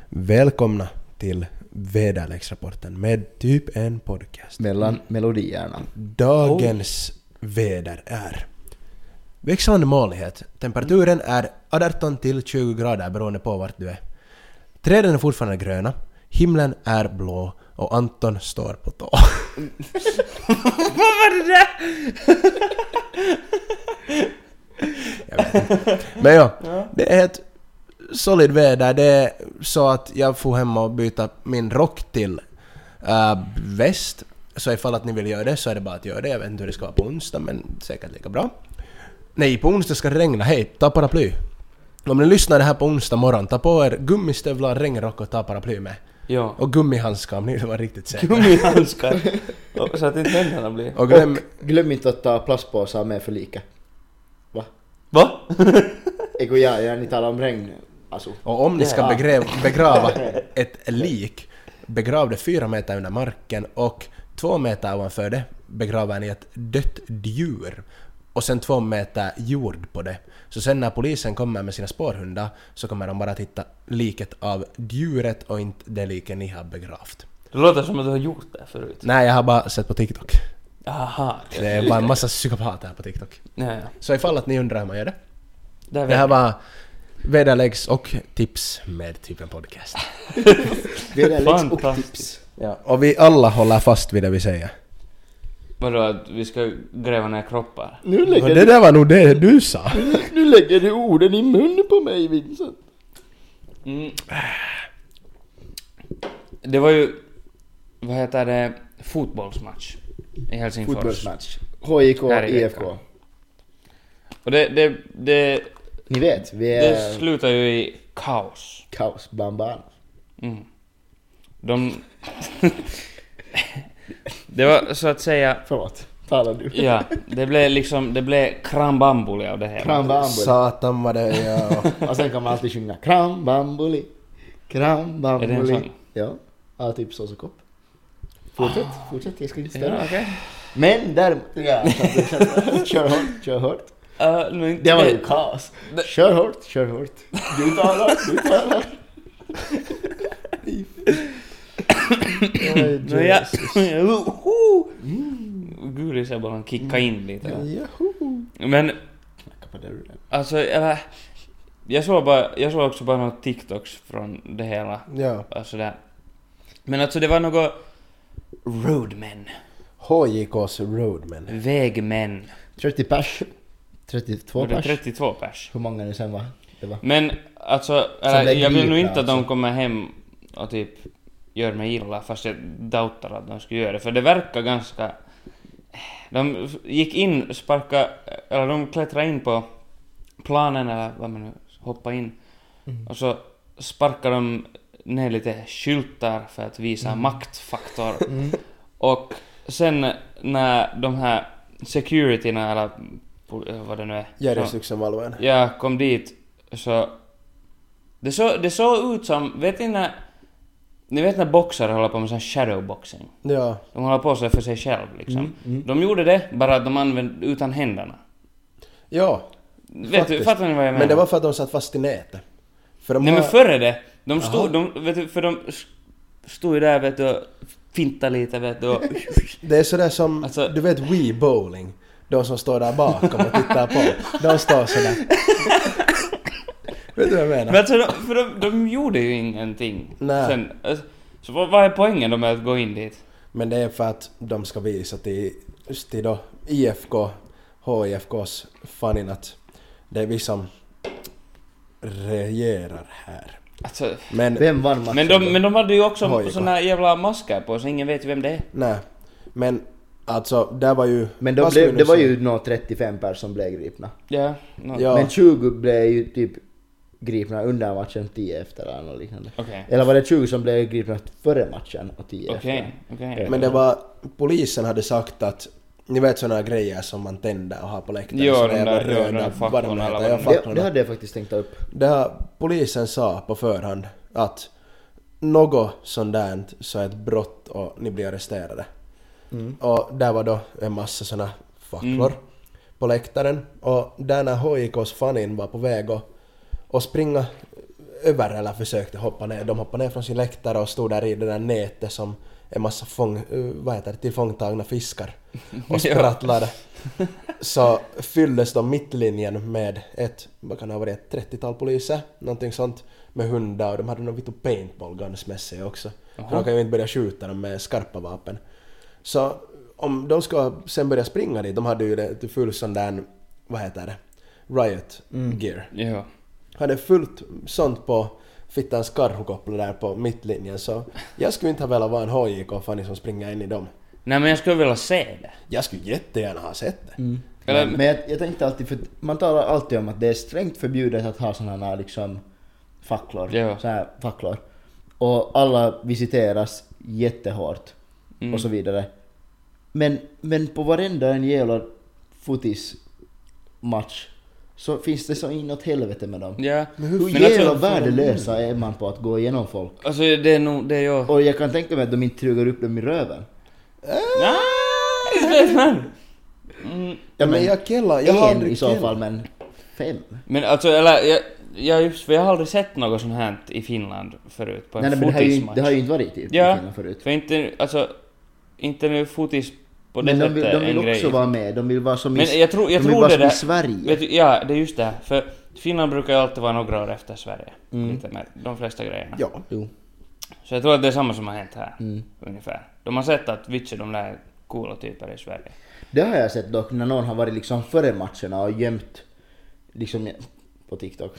Välkomna till väderleksrapporten med typ en podcast. Mellan melodierna. Dagens väder är växlande molnighet. Temperaturen är 18 till 20 grader beroende på vart du är. Träden är fortfarande gröna, himlen är blå och Anton står på tå. Vad var det där? Jag vet inte. Men ja, det är ett solid väder. Det är så att jag får hem och byta min rock till äh, väst. Så ifall att ni vill göra det så är det bara att göra det. Jag vet inte hur det ska vara på onsdag men säkert lika bra. Nej, på onsdag ska det regna. Hej, ta paraply. Om ni lyssnar det här på onsdag morgon, ta på er gummistövlar, regnrock och ta paraply med. Ja. Och gummihandskar om ni vill vara riktigt säkra. Gummihandskar. Och Så att inte händerna blir... Och glöm... Glöm inte att ta plastpåsar med för lika. Va? Va? Eko ja, jag ni talar om regn. Alltså. Och om ni ska Ja. begrev, begrava ett lik, begrav det fyra meter under marken och två meter ovanför det begraver ni ett dött djur och sen två meter jord på det. Så sen när polisen kommer med sina spårhundar så kommer de bara att hitta liket av djuret och inte det liket ni har begravt. Det låter som att du har gjort det förut. Nej, jag har bara sett på TikTok. Aha. Det är bara en massa psykopater på TikTok. Ja, ja. Så ifall att ni undrar hur man gör det. Där Det här vet var väderläggs och tips med typen podcast. Det är liksom och Fantastiskt. tips. Ja, och vi alla håller fast vid det vi säger. Vadå att vi ska gräva ner kroppar? Nu Och lägger, det där var nog det du sa. du, nu lägger du orden i munnen på mig Vincent. Mm. Det var ju, vad heter det, fotbollsmatch i Helsingfors. Fotbollsmatch. HJK, Här i IFK. veckan. Och det, det, det, Ni vet, vi det är slutar ju i kaos. kaos bland barn. Mm. De... det var så att säga, Förlåt, talar du? ja, det blev liksom, det blev krambambuli av det hela. Krambambuli. Satan vad det är. ja. Och sen kan man alltid sjunga krambambuli. Krambambuli. Är det en sång? Ja. Ja, typ sås och kopp. Fortsätt, fortsätt. Jag ska inte störa. Ja, okej. Men däremot... Ja, så att det känns- kör hårt, kör hårt. Ja, Eh, nu inte- Det var ju kaos. Kör hårt, kör hårt. Du talar, du talar. Oj, No, ja, uhu. Gudis jag bara kicka in Mm. lite. Jaho. Men Knacka på dörren. alltså, eller, jag såg bara, jag såg också bara några TikToks från det hela. ja. Alltså där. Men alltså det var något roadmen, HJKs Roadman. vägmän. 30 pers. 32 Var det pers. 32 pers? Hur många nu sen var det? Var. Men alltså, eller, vägmän jag vill nog alltså. inte att de kommer hem och typ gör mig illa fast jag doubtar att de skulle göra det. För det verkar ganska De f- gick in, sparka eller de klättrade in på planen eller vad man nu hoppade in. Och så sparkade de ner lite skyltar för att visa maktfaktor. Och sen när de här securityna eller pol- eller vad det nu är. som- Järjestyksen valvoen. jag kom dit så... Det, så, det såg ut som, vet ni när... Ni vet när boxare håller på med sån shadowboxing? Ja. De håller på så för sig själv liksom. Mm, De gjorde det, bara att de använde utan händerna. Ja. Vet du, Faktiskt. fattar ni vad jag menar? Men det var för att de satt fast i nätet. För de Nej har- men före det, de stod, de, vet du, för de s- stod ju där vet du och fintade lite vet du och... Det är sådär som, Alltså- du vet Wii Bowling? De som står där bakom och tittar på. De står sådär. vet du vad jag menar? Men alltså, de, för de, de gjorde ju ingenting. Nej. Sen, alltså, så vad, vad är poängen då med att gå in dit? Men det är för att de ska visa till, just till då IFK, HIFKs fanin att det är vi som regerar här. Alltså, Men, Vem vann matchen? Men de, men de hade ju också Hojko. såna här jävla masker på så ingen vet ju vem det är. nej. Men alltså, där var ju... Men de vad ska vi blev, nu det var säga? ju nog 35 personer som blev gripna. Ja. No. Ja. Men 20 blev ju typ gripna under matchen, 10 efter eller något liknande. Okej. Eller var det 20 som blev gripna före matchen och 10 efter? Okej, okej. Men det var, polisen hade sagt att, ni vet såna här grejer som man tänder och har på läktaren. Jo, såna de jävla där- jo, de där röda, vad facklorna eller vad heter, ja, de- Det, facklorna. det hade jag faktiskt tänkt ta upp. Det här, polisen sa på förhand att något sånt där så är ett brott och ni blir arresterade. Mm. Och där var då en massa såna facklor Mm. på läktaren och där när HIKs fanin var på väg att, att springa över eller försökte hoppa ner, de hoppade ner från sin läktare och stod där i det där nätet som en massa fång, eh, vad heter det, tillfångtagna fiskar och sprattlade så fylldes de mittlinjen med ett, vad kan det ha varit, ett 30-tal poliser, någonting sånt, med hundar och de hade någon vittu paintball guns med sig också. För de kan ju inte börja skjuta dem med skarpa vapen. Så om de ska sen börja springa dit, de hade ju det till full sån där, vad heter det, riot gear. Jo. Hade fullt sånt på fittans karhukoppla där på mittlinjen så jag skulle inte ha velat vara en HJK-fanny som springer in i dem. Nej men jag skulle vilja se det. Jag skulle jättegärna ha sett det. Eller, Men jag, jag tänkte alltid, för man talar alltid om att det är strängt förbjudet att ha sådana här liksom facklor. Ja. Så här facklor. Och alla visiteras jättehårt. Mm. Och så vidare. Men, men på varenda en jävla fotismatch så finns det så inåt helvete med dem. ja. Hur Men jävla alltså, värdelösa är man på att gå igenom folk? alltså det är nog, det är jag. Och jag kan tänka mig att de inte trugar upp dem i röven. Nej, vet man. Mm. Ja, men jag killar, jag har en aldrig i så killat. fall, men fem? Men alltså eller jag, jag just för jag har aldrig sett något sånt här i Finland förut på en Nej, nej, men det har, ju, inte- fotismatch. det har ju inte varit i Ja. Finland förut. För inte, alltså, inte nu fotis på det Men de sättet vill, de en vill grej. också vara med, de vill vara som i, Men jag tror, jag de vill tror vara det som där... i Sverige. Vet du, ja, det är just det. här. För Finland brukar ju alltid vara några år efter Sverige. Lite med de flesta grejerna. Ja. Jo. Så jag tror att det är samma som har hänt här. Ungefär. De har sett att vitsen de där är coola typer i Sverige. Det har jag sett dock när någon har varit liksom före matcherna och gömt liksom på TikTok.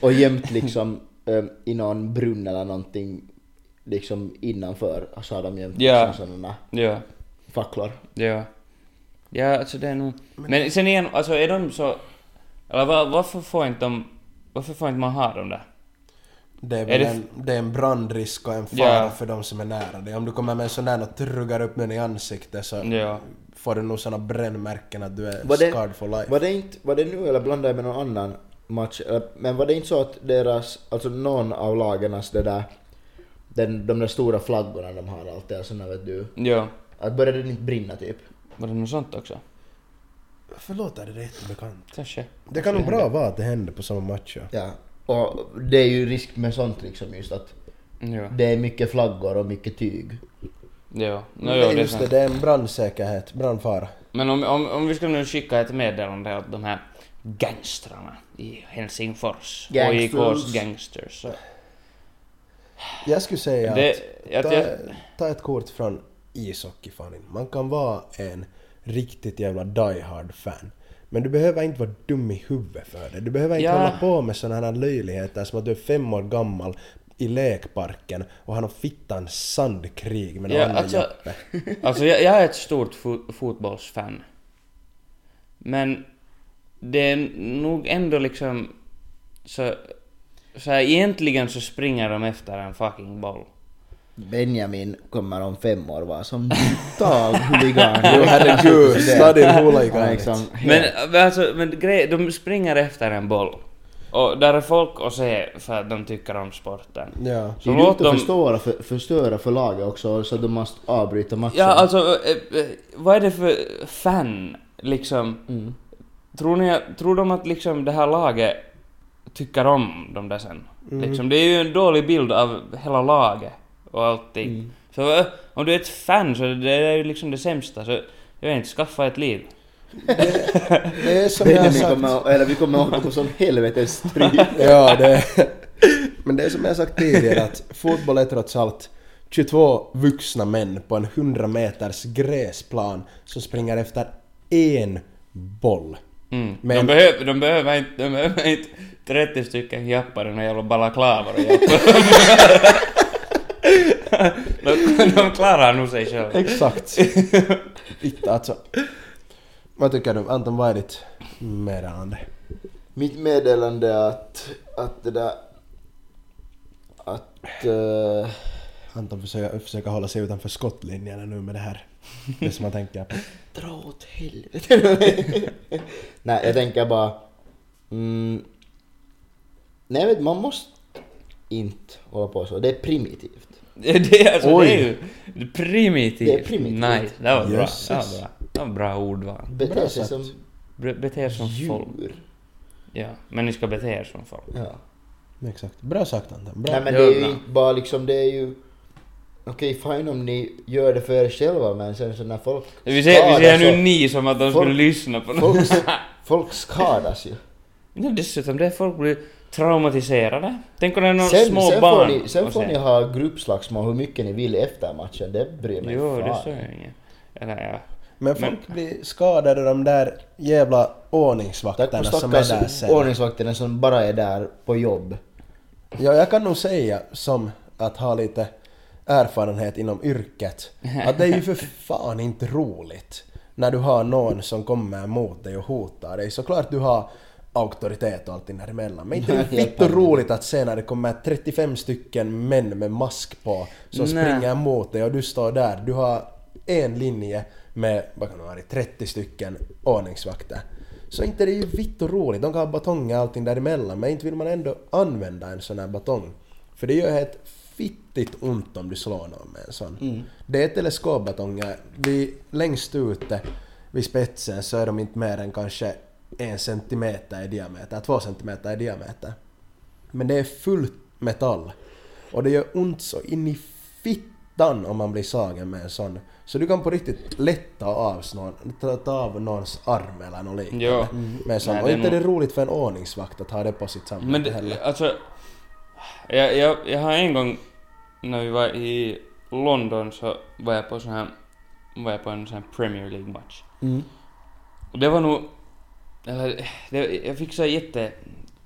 och gömt liksom eh, i någon brunn eller någonting liksom innanför och så har de gömt Ja. liksom sådana Ja. facklor. Ja. Ja, alltså det är nog... Men sen igen, alltså är de så... Eller var, varför får inte de... Varför får inte man ha dem där? Det är, Är väl det En, det är en brandrisk och en fara Ja. för de som är nära dig. Om du kommer med en sån där och truggar upp den i ansiktet så Ja. får du nog såna brännmärken att du är Var det- scarred for life. Var det, inte, var det nu eller blandade jag med någon annan match? Eller- Men var det inte så att deras, alltså någon av lagarnas det där, den, de där stora flaggorna de har alltid, alltså när vet du, Ja. att började den inte brinna typ? Var det något sånt också? Förlåt, är det jättebekant? Kanske. Det kan nog bra vara att det händer på samma match ja. Ja. Och det är ju risk med sånt liksom just att Ja. det är mycket flaggor och mycket tyg. Ja. Nå, Men jo, det är det är just sant. det, det är en brandsäkerhet, brandfara. Men om, om, om vi ska nu skicka ett meddelande åt de här gangstrarna i Helsingfors, Gangsters. HIKs gangsters. så- Jag skulle säga Det, att att ta, jag, ta ett kort från ishockeyfanin. Man kan vara en riktigt jävla die-hard-fan. Men du behöver inte vara dum i huvudet för det. Du behöver inte Ja. hålla på med sådana här löjligheter som att du är fem år gammal i lekparken och han har fittan sandkrig med någon Ja, annan alltså- Jeppe. Alltså jag, jag är ett stort fo- fotbollsfan. Men det är nog ändå liksom så, så här, egentligen så springer de efter en fucking boll. Benjamin kommer om fem år vara som tag huligan. Jo, herregud, stadig hooligan. Han är liksom Men, men alltså, men grej, de springer efter en boll. Och där är folk och se för att de tycker om sporten. Ja. Det är Så ju låt inte dem- förstöra för, förstöra för laget också så att de måste avbryta matchen. Ja, alltså, eh, eh, vad är det för fan, liksom? Mm. Tror, ni, tror de att liksom det här laget tycker om dem där sen? Liksom, det är ju en dålig bild av hela laget och allting. Så eh, om du är ett fan så det är ju liksom det sämsta, så jag vet inte, skaffa ett liv. Det är som jag har Benjamin sagt. kommer, eller vi kommer åka på sån helvetes stryk. Ja, det... Men det är som jag sagt tidigare att fotboll är trots allt 22 vuxna män på en 100 meters gräsplan som springer efter en boll. Mm. De, Men- behöver, de, behöver inte, de behöver inte 30 stycken jappare och jävla balaklavor och jappa. de, de klarar nog sig själva. Exakt. Fitta alltså. Vad tycker du? Anton, vad är ditt meddelande? Mitt meddelande är att, att det där... Att... eh, Anton försöker, försöker hålla sig utanför skottlinjerna nu med det här. Det som man tänker på. Dra åt helvete. Nej, jag tänker bara... Mm, nej, vet, man måste inte hålla på så. Det är primitivt. Det är, alltså, Oj. det är ju primitivt. Det är primitivt. Nice, det var bra. Jösses. Det var bra. Det var bra ordval. Bete Bra sig sagt. som Be- Bete er som folk. djur. Ja, men ni ska bete er som folk. Ja. Exakt. Bra sagt Anton. Bra. Nej men Det det är är ju bra. inte bara liksom, det är ju... Okej, fine om ni gör det för er själva men sen så när folk Vi ser, vi ser skadas nu så- ni som att de Folk- skulle lyssna på folk, något. folk skadas ju. Ja, dessutom, det är folk blir traumatiserade. Tänk om det är några Sen, små sen, får barn. ni, sen och får ni ha gruppslagsmål hur mycket ni vill efter matchen, det bryr mig Jo, det fan. sa jag inget. Eller ja. Men folk blir skadade av de där jävla Tack ordningsvakterna för som är där stackars sen. ordningsvakterna som bara är där på jobb. Ja, jag kan nog säga som att ha lite erfarenhet inom yrket att det är ju för fan inte roligt när du har någon som kommer mot dig och hotar dig. Såklart du har auktoritet och allting däremellan men inte är det Jag vitt och kan- roligt att se när det kommer 35 stycken män med mask på som Nej. springer mot dig och du står där. Du har en linje med, vad kan det vara, 30 stycken ordningsvakter. Så inte det är ju vitt och roligt. De kan ha batonger och allting däremellan men inte vill man ändå använda en sån här batong. För det gör helt fittigt ont om du slår någon med en sån. Det är teleskopbatonger. Vi längst ute vid spetsen så är de inte mer än kanske en centimeter i diameter, två centimeter i diameter. Men det är fullt metall. Och det gör ont så in i fittan om man blir sagen med en sån. Så du kan på riktigt lätta av någon, ta, ta av någons arm eller något liknande. Jo. Med en sån. Mm. Nej, och det är inte är det nog- roligt för en ordningsvakt att ha det på sitt samvete Men heller. det, alltså, jag, jag, jag har en gång när vi var i London så var jag på, sån här, var jag på en sån här Premier League-match. Och det var nog, eller, det, jag fick så här jätte,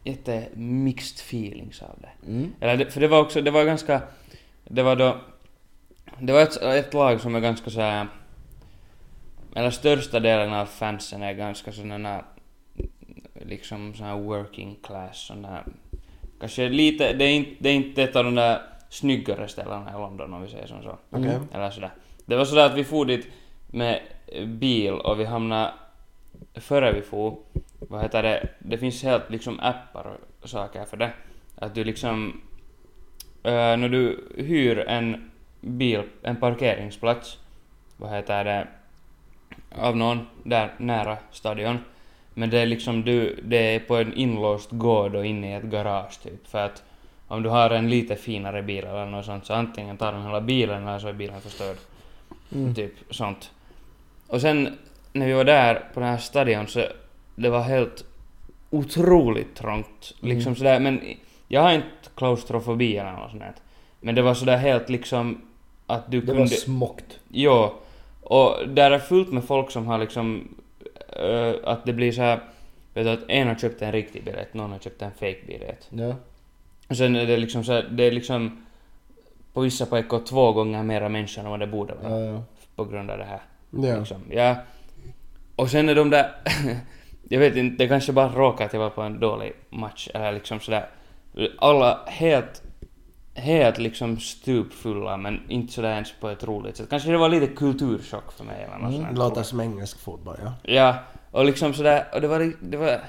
jätte mixed feelings av det. Mm. Eller, det- för det var också, det var ganska, det var då, det var ett, ett lag som är ganska så här, eller största delen av fansen är ganska sådana här, liksom sådana här working class, sådana här, kanske lite, det är inte, det är inte ett av de där snyggare ställena i London om vi säger som så. Okej. Eller sådär. Det var sådär att vi for dit med bil och vi hamnade, före vi for, vad heter det, det finns helt liksom appar och saker för det. Att du liksom, eh, när du hyr en bil, en parkeringsplats, vad heter det, av någon där nära stadion. Men det är liksom du, det är på en inlåst gård och inne i ett garage typ. För att om du har en lite finare bil eller något sånt så antingen tar de hela bilen eller så är bilen förstörd. Mm. Typ sånt. Och sen när vi var där på den här stadion så det var helt otroligt trångt. Mm. Liksom sådär, men jag har inte klaustrofobi eller något sånt där. Men det var sådär helt liksom att du Det var smockt. Ja, och där är fullt med folk som har liksom eh, att det blir så här, vet du, att en har köpt en riktig biljett, någon har köpt en fake biljett. Ja. Och sen är det liksom så här, det är liksom på vissa paikor två gånger mera människor än vad det borde vara. Ja, ja. På grund av det här. Ja. Liksom. ja. Och sen är de där... jag vet inte, det kanske bara råkar att jag var på en dålig match eller liksom sådär. Alla helt, helt liksom stupfulla men inte sådär ens på ett roligt sätt. Kanske det var lite kulturchock för mig eller något sånt här. Mm, Låter som engelsk fotboll, ja. Ja, och liksom sådär, och det var, ri- det var,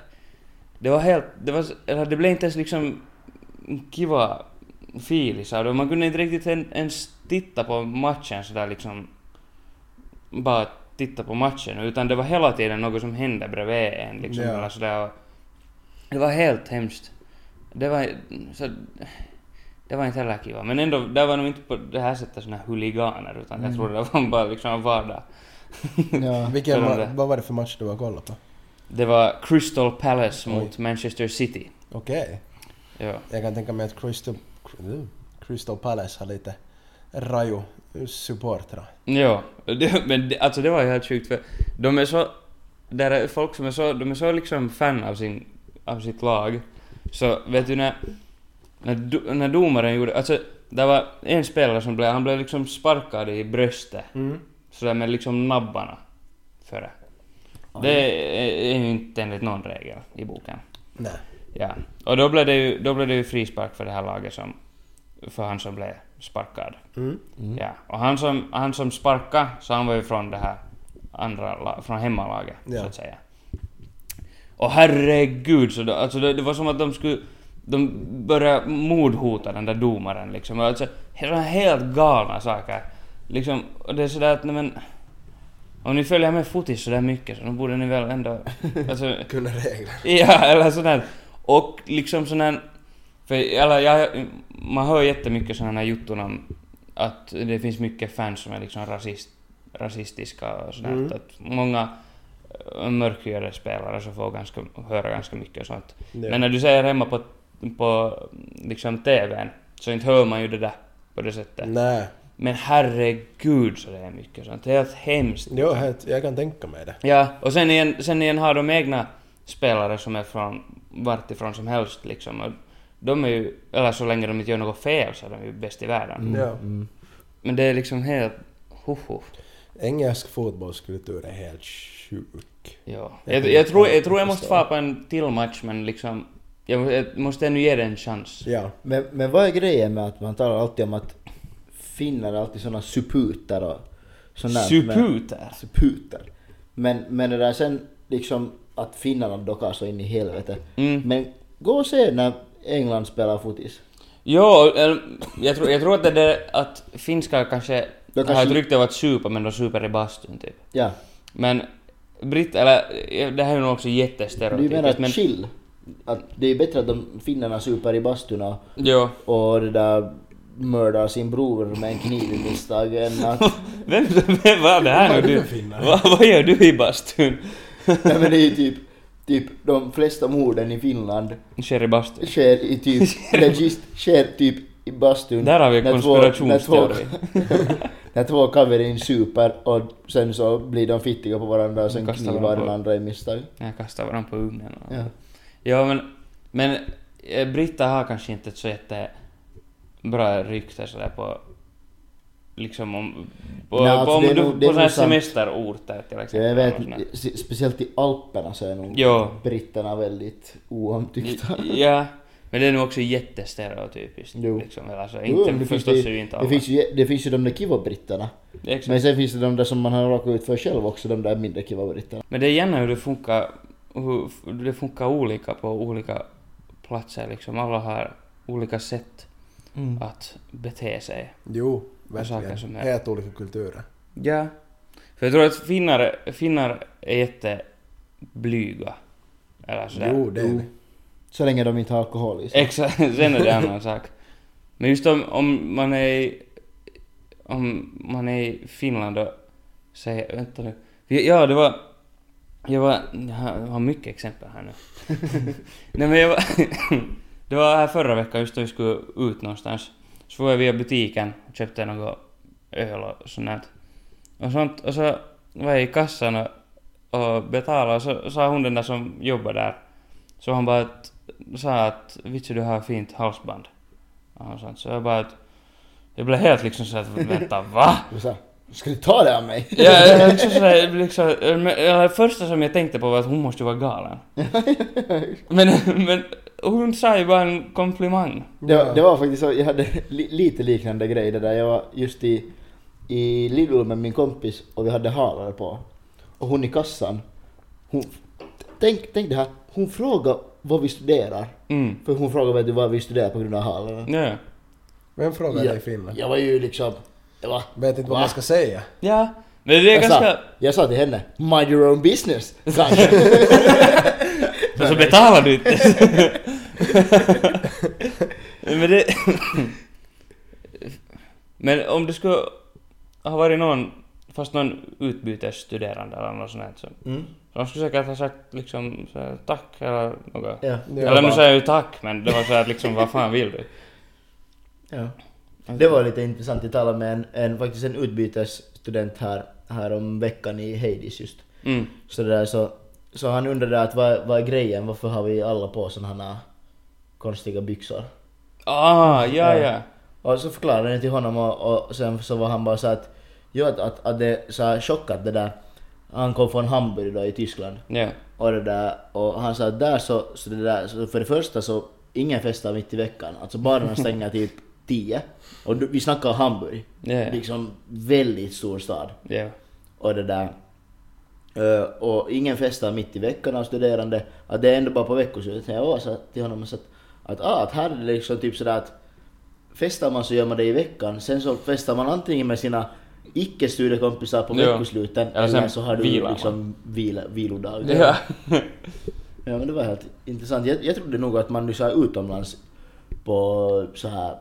det var helt, det var, eller det blev inte ens liksom kiva fiilis av det. Man kunde inte riktigt en, ens titta på matchen sådär liksom, bara titta på matchen, utan det var hela tiden något som hände bredvid en liksom, Ja. eller sådär. Och det var helt hemskt. Det var, så, det var inte heller kiva, men ändå, där var de inte på det här sättet såna här huliganer, utan jag tror det var bara liksom vardag. Ja. Vilken, För de ma- där. vad var det för match du har kollat på? Det var Crystal Palace mot Manchester City. Okej. Ja. Jag kan tänka mig att Crystal, Crystal Palace har lite raju supportrar. Ja, det, men det, alltså det var ju helt sjukt för de är så... Där är folk som är så, de är så liksom fan av, sin, av sitt lag. Så vet du när, när, do- när domaren gjorde... Alltså det var en spelare som blev, han blev liksom sparkad i bröstet. Sådär med liksom nabbarna före. Det är, är ju inte enligt någon regel i boken. Nej. Ja, och då blev det ju, då blev det ju frispark för det här laget som... För han som blev sparkad. Mm. Ja, och han som, han som sparkade, så han var ju från det här andra, la- från hemmalaget, Ja. så att säga. Och herregud, så det, alltså det, det var som att de skulle... De började mordhota den där domaren liksom. Och Alltså, sådana helt galna saker. Liksom, och det är sådär att, nej men... Om ni följer med fotis sådär mycket så då borde ni väl ändå... Alltså, Kunna regler. Ja, eller sån här. Och liksom sån här... För, eller, jag, man hör jättemycket såna här jutton om att det finns mycket fans som är liksom rasist, rasistiska och sånt Mm. mm. Att många äh, mörkhyade spelare så får ganska, höra ganska mycket och sånt. Ja. Men när du säger hemma på, på liksom TVn så inte hör man ju det där på det sättet. Nej. Men herregud så det är mycket sånt. Det är helt hemskt. Jo, helt- jag kan tänka mig det. Ja, och sen igen, sen igen har de egna spelare som är från vart ifrån som helst liksom. Och de är ju, eller så länge de inte gör något fel så är de ju bäst i världen. Mm. Ja. Men det är liksom helt, hoho. Engelsk fotbollskultur är helt sjuk. Ja. Jag Jag, kan jag, tror, jag inte tror jag måste förstå. fara på en till match men liksom, jag, må- jag måste ännu ge det en chans. Ja. Men, men vad är grejen med att man talar alltid om att finnar är alltid såna suputer och sådana Suputer! Suputer. Men, men det där sen liksom att finnarna dockar så in i helvete. Mm. Men gå och se när England spelar fotis. Jo, eller, eh, jag, tror, jag tror att det är att finskar kanske, De har ett kanske- rykte av att supa men de super i bastun typ. Ja. Men britt, eller eh, det här är nog också Du menar jättestereotypiskt men... att chill? Att det är bättre att de finnarna super i bastuna Jo. och det där mördar sin bror med en kniv i misstag än att... Vem, vem var det här nu? för Du, finnare? vad, vad gör du i bastun? Nej men det är ju typ, typ de flesta morden i Finland Sker i bastun. sker i typ, eller just sker typ i bastun. Där har vi när två- konspirationsteori. När två, när två kaverin super och sen så blir de fittiga på varandra och sen Kastar knivar varandra den på- andra i misstag. Jag kastar varandra på ugnen. och- Ja. Ja, men, men eh, Britta har kanske inte ett så jättebra rykte sådär på... Liksom om... På, Nej, alltså på, om det är du, nog- det på är nog sådana här sant. semesterorter till Så exempel. jag vet, och sådär. se- speciellt i Alperna så är nog Ja. britterna väldigt oomtyckta. Ja, men det är nog också jättestereotypiskt. Jo. Liksom. Alltså, Jo, inte men det finns förstås det- ju inte Det alla. finns, ju, det finns ju de där kiva-britterna. Exakt. Men sen finns det de där som man har råkat ut för själv också, de där mindre kiva-britterna. Men det är gärna hur det funkar, hur f- det funkar olika på olika platser liksom. Alla har olika sätt att bete sig. Jo, saker verkligen. som är- Helt olika kulturer. Ja. För jag tror att finnar, finnar är jätteblyga. Eller sådär. Jo, det är Jo. vi. Så länge de inte har alkohol i sig. Exakt, sen är det en annan sak. Men just om, om man är i- om man är i Finland och säger, vänta nu. Vi- Ja, det var, jag var, jag har- jag har mycket exempel här nu. Nej men jag var, det var här förra veckan just då vi skulle ut någonstans. Så var jag via butiken och köpte något öl och sånt där. och sånt. Och så var jag i kassan och, och betalade och så sa hon den där som jobbar där. Så han bara att sa att vitsi du har fint halsband. Och sånt. Så jag bara att, jag blev helt liksom så att vänta va? Du sa Ska du ta det av mig? Ja, jag, liksom, så här, liksom, men, ja, det första som jag tänkte på var att hon måste ju vara galen. Men, men hon sa ju bara en komplimang. Det var, det var faktiskt så, jag hade li, lite liknande grej det där. Jag var just i, i Lidl med min kompis och vi hade halar på. Och hon i kassan, hon, tänk, tänk det här, hon frågade vad vi studerar. Mm. För hon frågade vet du, vad vi studerar på grund av halarna. Ja, ja. Vem frågar dig i Jag, Finland? jag var ju liksom, jag var... Vet inte vad man ska säga. ja. Men det är Jag, ganska... sa, jag sa till henne, mind your own business. Kanske. Och så betalar du inte. Men det... Men om det skulle ha varit någon, fast någon utbytesstuderande eller något sånt här, så Mm. så de skulle säkert ha sagt liksom så här, tack eller något. Ja. Eller nu säger jag ju tack, men det var så här liksom vad fan vill du? Ja. Det var lite intressant, jag talade med en, en, faktiskt en utbytesstudent här, här om veckan i Heidis just. Mm. Så, det där, så, så han undrade att vad, vad är grejen, varför har vi alla på sådana här konstiga byxor? Ah, ja, ja. Och så förklarade jag till honom och, och sen så var han bara så att, jo att, att, att det så här chockat det där. Han kom från Hamburg då i Tyskland. Ja. Och det där, och han sa att där så, så det där, så för det första så, ingen festar mitt i veckan. Alltså barerna stänger typ 10. Och du- vi snackar Hamburg. Ja. Liksom väldigt stor stad. Ja. Och det där. Eh, och ingen festar mitt i veckan av studerande. Att det är ändå bara på veckoslutet. Jag var så till honom och sa att, att, ah, att här är det liksom typ sådär att festar man så gör man det i veckan. Sen så festar man antingen med sina icke-studiekompisar på Ja. veckosluten. Eller sen Eller så har du vilar man. liksom vila, vilodag. Ja. Ja men det var helt intressant. Jag, jag trodde nog att man nu så här utomlands på så här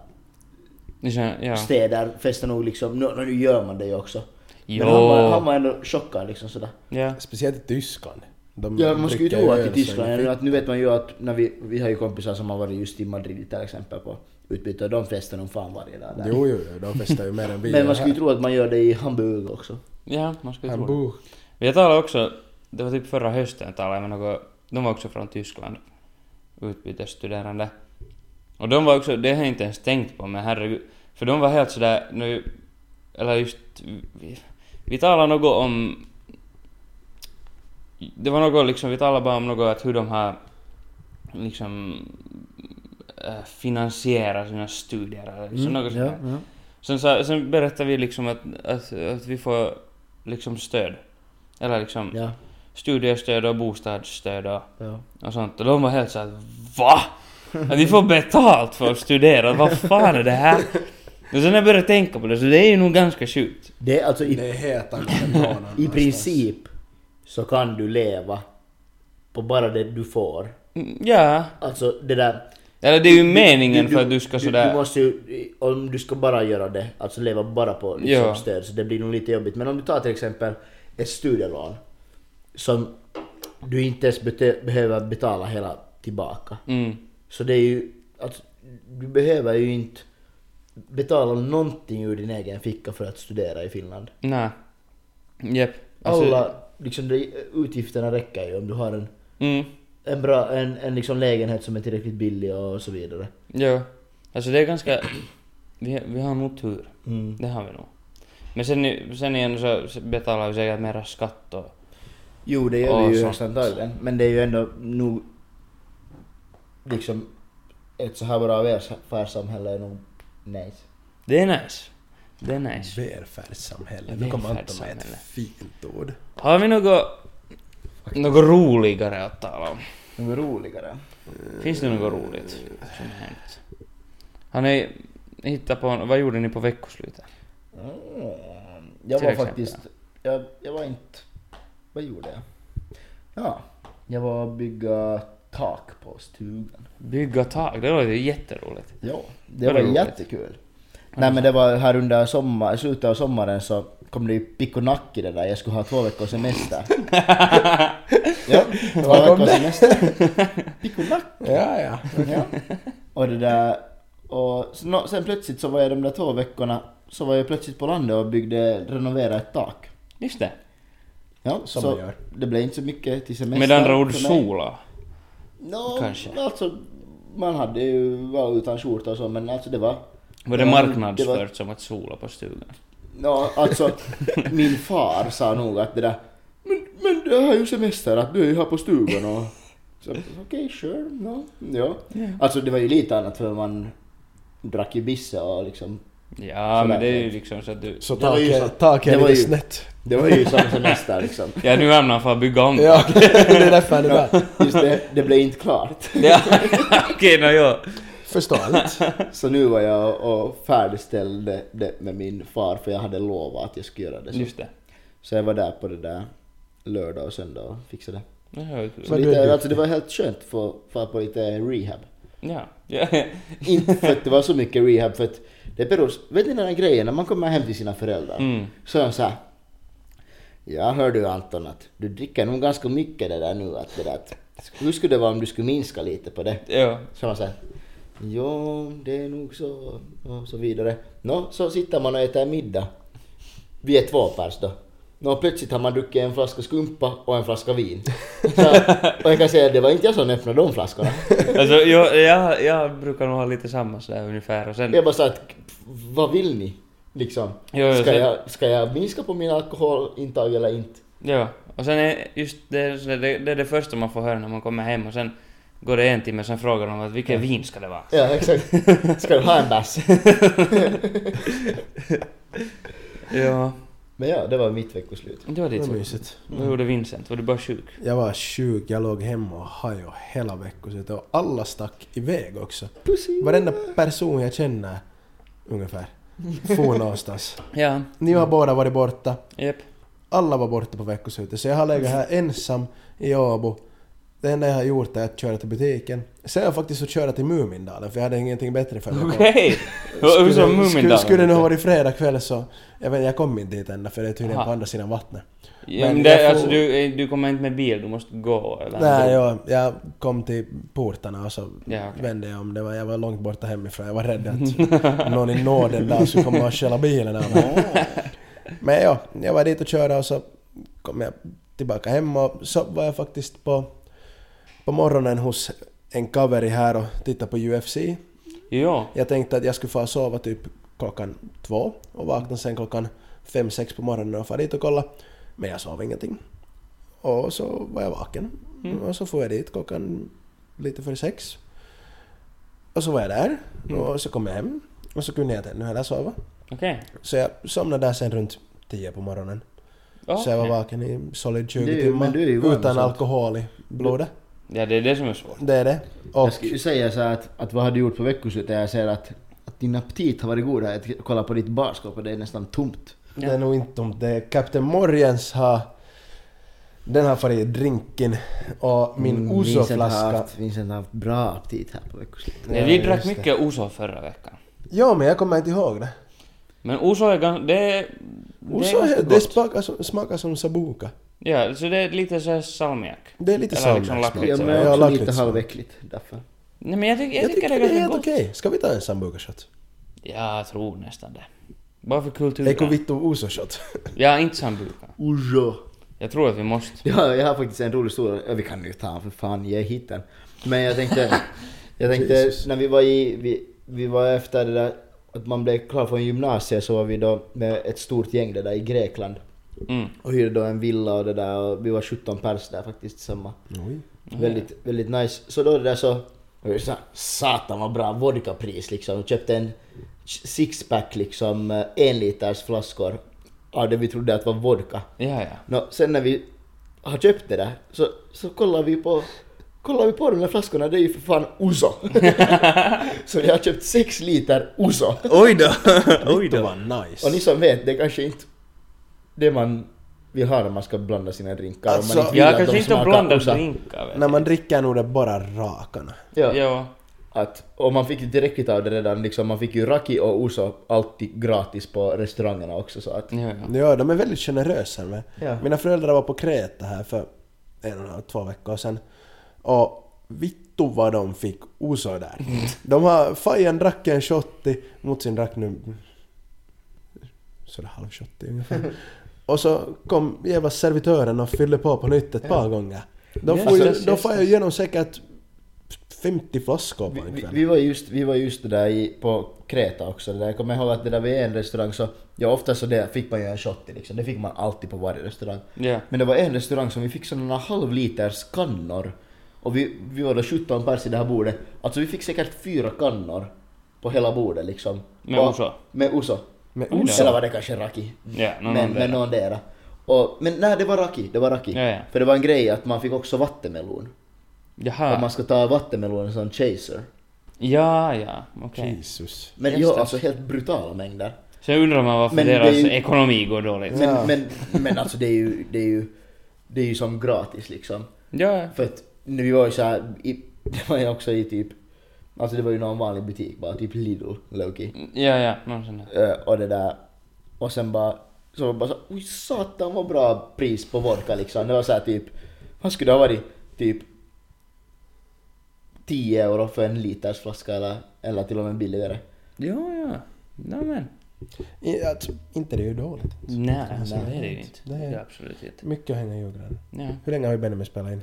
Ni känner- Ja. städer festar nog liksom, nu, nu gör man det ju också. Jo. Men han var, han var ändå chockad liksom sådär. Ja. Speciellt i Tyskland. De Ja man skulle ju dricker tro öl att i så Tyskland, det- eller att nu vet man ju att när vi, vi har ju kompisar som har varit just i Madrid till exempel på utbyte och de festar nog fan varje dag där. Jo, jo, jo, de festar ju mer än vi Men gör man skulle ju här. tro att man gör det i Hamburg också. Ja, man ska ju tro det. Hamburg. Vi talade också, det var typ förra hösten talade jag med några, de var också från Tyskland, utbytesstuderande. Och de var också, det har jag inte ens tänkt på men herregud, för de var helt sådär nu, eller just, vi, vi talade något om, det var något liksom, vi talade bara om något att hur de har liksom äh, finansierat sina studier eller liksom Mm, något sånt där. Sen, sa, sen berättade vi liksom att, att, att vi får liksom stöd. Eller liksom Ja, studiestöd och bostadsstöd och, ja. och sånt. Och de var helt såhär VA? Att vi får betalt för att studera? Vad fan är det här? Och sen när jag började tänka på det så det är ju nog ganska sjukt. Det är alltså Det i, är helt annat än banan. i princip så kan du leva på bara det du får. Mm, Ja. Alltså det där... Eller det är ju Du- meningen för att du ska du, sådär... Du måste ju, om du ska bara göra det, alltså leva bara på liksom Ja. stöd, så det blir nog lite jobbigt. Men om du tar till exempel ett studielån som du inte ens bete- behöver betala hela tillbaka. Mm. Så det är ju, alltså, du behöver ju inte betala någonting ur din egen ficka för att studera i Finland. Nej. Jep. Alltså, Alla, liksom de, utgifterna räcker ju om du har en, Mm. en bra, en, en liksom lägenhet som är tillräckligt billig och så vidare. Jo. Alltså det är ganska... Vi, vi har nog tur. Mm. Det har vi nog. Men sen, i- sen niin igen så betalar vi säkert mera skatt och... Jo, det gör vi Och ju sånt. högst antagligen. Men det är ju ändå nog... Liksom... Ett så här bra välfärdssamhälle är nog nice. Det är nice. Det är nice. Välfärdssamhälle. Nu kommer Anton med ett Välfärdssamhälle. fint ord. Har vi något... Något roligare att tala om? Något roligare? Finns det något roligt som hänt? Har ni hittat på... Vad gjorde ni på veckoslutet? Mm. Jag Till var exempel. faktiskt... Jag, jag var inte... Vad gjorde jag? Ja. Jag var och bygga tak på stugan. Bygga tak, det låter ju jätteroligt. Ja, det Var var det roligt? jättekul. Nej men det var här under sommar, slutet av sommaren så kom det ju pick och nack i det där. Jag skulle ha två veckors semester. ja, två Var kom veckors det? semester. Pick och nack. Ja, ja. Ja. Och det där... Och sen, nå- sen plötsligt så var jag de där två veckorna så var jag plötsligt på landet och byggde, renoverade ett tak. Just det. Ja, Som så man gör. det blev inte så mycket till semester. Med andra ord för mig. sola. No, Kanske. alltså man hade ju varit utan skjorta och så men alltså det var... Var det Ja, marknadsfört det var- som att sola på stugan? No, alltså min far sa nog att det där... Men, men det här är ju semester att du är ju här på stugan och... Så, Okej, sure, no, ja. Alltså det var ju lite annat för man drack ju bisse och liksom... Ja, Sådär. men det är ju liksom så att du... Så Det var ju så- taket taket det är var lite ju- snett. Det var ju som semester liksom. Ja, nu hamnar han för att bygga Mm. om. Ja, det är därför han är där. Just det, det blev inte klart. Ja, Okej, nå ja. Förståeligt. Så nu var jag och färdigställde det med min far för jag hade lovat att jag skulle göra det. Så, Just det. så jag var där på det där lördag och söndag och fixade det. Ja, jag vet inte. Så Men du är lite, duktig. alltså det var helt skönt för att fara på lite rehab. Ja. ja. Inte för att det var så mycket rehab för att det beror... Vet ni den här grejen när man kommer hem till sina föräldrar? Mm. Så är de såhär. Ja hör du Anton att du dricker nog ganska mycket det där nu att det där att, Hur skulle det vara om du skulle minska lite på det? ja. Så man säger ja, det är nog så och så vidare. Nå, så sitter man och äter middag. Vi är två pers då. Nå, plötsligt har man druckit en flaska skumpa och en flaska vin. Så, och jag kan säga att det var inte jag som öppnade de flaskorna. Alltså, jag, jag, jag brukar nog ha lite samma sådär ungefär och sen... Jag bara sa att vad vill ni? Liksom, Jo, jo, ska, sen- jag, ska jag minska på min alkoholintag eller inte? Ja. Och sen är just det, så det, det är det första man får höra när man kommer hem och sen går det en timme sen frågar de att vilket vin ska det vara? Ja, exakt. Ska du ha en bärs? Ja. Men ja, det var mitt veckoslut. Det var ditt Vad svar. mysigt. Vad gjorde Vincent? Var du bara sjuk? Jag var sjuk, jag låg hemma och hajade hela veckoslutet och alla stack iväg också. Varenda person jag känner ungefär for någonstans. Ja. Ni har båda varit borta, Jep. alla var borta på veckoslutet så jag har legat här ensam i Åbo. Det enda jag har gjort är att köra till butiken. Sen har jag faktiskt fått köra till Mumindalen för jag hade ingenting bättre för mig. Okej! Hur som Skulle, skulle, Mumindalen? skulle det nu ha varit fredag kväll så... Jag vet inte, jag kom inte dit ända för det är tydligen Aha. på andra sidan vattnet. Ja, Men men jag det, får- alltså, du, du kommer inte med bil, du måste gå eller? Nej, jag, jag kom till portarna och så Ja, okej. vände jag om. Det var, jag var långt borta hemifrån. Jag var rädd att någon i nåden där skulle komma och stjäla bilen av mig. Men ja, jag var dit och körde och så kom jag tillbaka hem och så var jag faktiskt på, på morgonen hos en kaveri här och tittade på UFC. Jo. Jag tänkte att jag skulle få sova typ klockan två och vakna sen klockan fem, sex på morgonen och fara dit och kolla. Men jag sov ingenting. Och så var jag vaken. Mm. Och så får jag dit klockan lite före sex. Och så var jag där. Mm. Och så kom jag hem. Och så kunde jag inte ännu heller sova. Okej. Så jag somnade där sen runt tio på morgonen. Ja, Så jag var okej. vaken i solid 20 Det är ju- timmar. men du är ju van med utan sånt. alkohol i blodet. Ja, det är det som är svårt. Det är det. Och Jag skulle ju säga så här att, att vad har du gjort på veckoslutet? Jag säger att, att din aptit har varit god. här. Att kolla på ditt barskåp och det är nästan tomt. Det är nog inte om det. Captain Morjens har... Den har farit i drinken och min Mm, Vincent har Ouzo-flaska... haft- Vincent har haft bra aptit här på veckoslutet. Ja, vi Ja, drack just det. mycket Oso förra veckan. Ja, men jag kommer inte ihåg det. Men Oso är ganska... Det är... Det Ouzo, ganska det, gott. smakar, som, smakar som Sabuka. Ja, så det är lite såhär salmiak. Det är lite Eller liksom salmiaksmak. Ja, lakrits. men jag jag har också lakrits lite smak. halväckligt därför. Nej men jag, tycker- Jag tycker det är helt ganska gott. okej. Ska vi ta en Sambuca-shot? Ja, jag tror nästan det. Bara för kulturen. Eiko Vittu Ouzo-shot. Ja, inte sambuca. Ujo. Jag tror att vi måste. Ja, jag har faktiskt en rolig historia. Ja, Vi kan ju ta den för fan, jag hittar den. Men jag tänkte, jag tänkte Jesus. när vi var i, vi, vi var efter det där att man blev klar från gymnasiet så var vi då med ett stort gäng det där i Grekland. Mm. Och hyrde då en villa och det där och vi var 17 pers där faktiskt samma. Oj. Väldigt, väldigt nice. Så då det där så... och det är så här, Satan vad bra vodkapris liksom. Jag köpte en sixpack liksom, eh, en liters flaskor av det vi trodde att var vodka. Ja, ja. Nå, sen när vi har köpt det där så, så kollar vi på Kollar vi på de där flaskorna, det är ju för fan Ouzo! så vi har köpt sex liter Ouzo! Oj då! Oj Det var nice. Och ni som vet, det är kanske inte det man vill ha när man ska blanda sina drinkar. om Alltså, man vill Jag att kanske de inte smakar blandar Ouzo. drinkar vet När du. man dricker nog det bara rakarna. Ja. Ja. att och man fick ju tillräckligt av det redan liksom, man fick ju raki och ouzo alltid gratis på restaurangerna också så att... Ja, ja. Ja, de är väldigt generösa med. Ja. Mina föräldrar var på Kreta här för en och en halv, två veckor sedan. Och vittu vad de fick osö där. Mm. De har, Fajan drack en shotti, Mutsin drack nu... Sådär halv shotti ungefär. Och så kom jävla servitören och fyllde på på nytt ett par gånger. De Yes, får ju, yes, de yes, får ju yes. igenom säkert 50 flaskor på en Vi, kväll. vi, var just, vi var just det där i, på Kreta också. Det där. Jag kommer ihåg att det där vid en restaurang så, ja ofta så det fick man ju en shot i, liksom. Det fick man alltid på varje restaurang. Ja. Men det var en restaurang som vi fick sådana halvliters kannor. Och vi, vi var då 17 pers i det här bordet. Alltså vi fick säkert fyra kannor på hela bordet liksom. Med Och- Ouzo? Med Ouzo. Med Oj, Eller var det kanske Raki? Ja, någon men, av men dem. någondera. Och, men nej, det var Raki. Det var Raki. Ja, ja. För det var en grej att man fick också vattenmelon. Om man Jaha. ska ta vattenmelon som chaser. Ja, ja. Okej. Jesus. Men Just ja, det. alltså helt brutala mängder. Så jag undrar man varför Men det är deras ju- ekonomi går dåligt. Men, men, men alltså det är ju, det är ju, det är ju som gratis liksom. Ja, ja. För att nu vi var ju såhär, i- det var ju också i typ, alltså det var ju någon vanlig butik bara, typ Lidl, Loki. Ja, ja. Någon sån där. Eh, och det där, och sen bara, så var det bara så oj satan vad bra pris på vodka liksom. Det var såhär typ, vad skulle det ha varit? Typ 10 euro för en liters flaska eller, eller till och med billigare. Ja, ja. Nej, men. I, alltså, inte det är ju dåligt. Mm. Nej, alltså, det är det ju inte. Det Det är- är absolut inte. Mycket hänger i julgranen. Ja. Hur länge har vi Benjamin spelat in?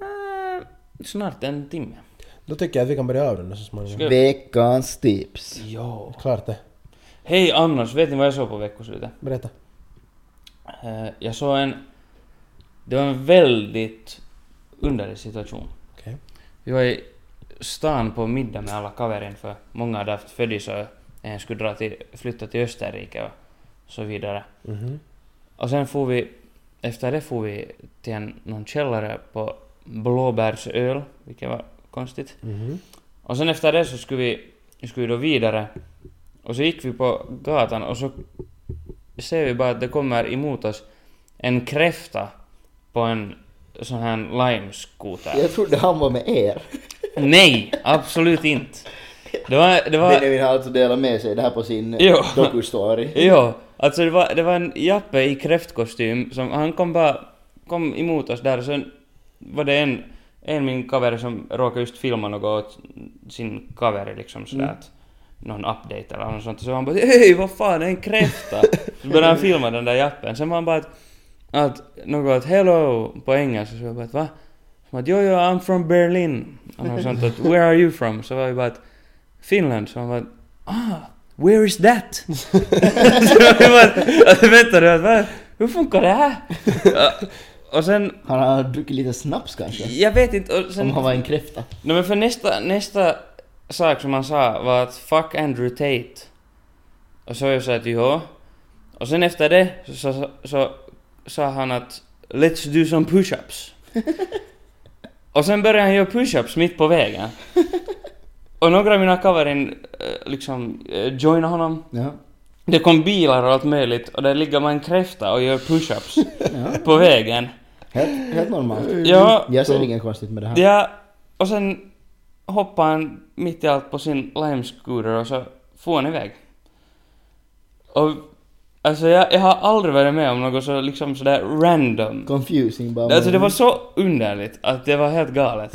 Äh, snart en timme. Då tycker jag att vi kan börja avrunda så småningom. Ska- Veckans tips. Ja. Klart det. Hej annars, vet ni vad jag såg på veckoslutet? Berätta. Eh, jag såg en... Det var en väldigt underlig situation. Okej. Vi var i stan på middag med alla kaverin för många hade haft födis och en skulle dra till, flytta till Österrike och så vidare. Mhm. Och sen får vi, efter det får vi till en, någon källare på blåbärsöl, vilket var konstigt. Mhm. Och sen efter det så skulle vi, vi skulle då vidare. Och så gick vi på gatan och så ser vi bara att det kommer emot oss en kräfta på en sån här limeskoter. Jag trodde han var med er. Nej, absolut inte. Det var, det var, Benjamin har alltså delat med sig det här på sin eh, Jo. dokustory. jo, alltså det var, det var en jappe i kräftkostym som, han kom bara, kom emot oss där och sen var det en, en min kaveri som råkade just filma något åt sin kaveri liksom sådär att någon update eller något sånt så han bara hej vad fan en kräfta? så började han filma den där jappen, sen var han bara att, att något att hello på engelska så jag bara att va? Som att jo jo I'm from Berlin. Och något sånt att where are you from? Så var vi bara att Finland, så han bara ah Where is that? så vi bara, att, Alltså, vänta nu, att, va? hur funkar det här? Och- Och sen, Han har druckit lite snaps kanske? jag vet inte, och sen... Om han var en kräfta. No, men för nästa, nästa sak som han sa var att fuck Andrew Tate. Och så jag sa att jo. Och sen efter det så, så, så sa han att let's do some push-ups. och sen började han göra push-ups mitt på vägen. och några av mina kaverin eh, liksom eh, joinade honom. Ja. Det kom bilar och allt möjligt och där ligger man en kräfta och gör push-ups på vägen. Helt, helt normalt. Ja, Jag ser inget konstigt med det här. Ja, och sen hoppade han mitt i allt på sin limescooter och så for han iväg. Och alltså jag, jag har aldrig varit med om något så liksom sådär random. Confusing bara. Alltså det var så underligt att det var helt galet.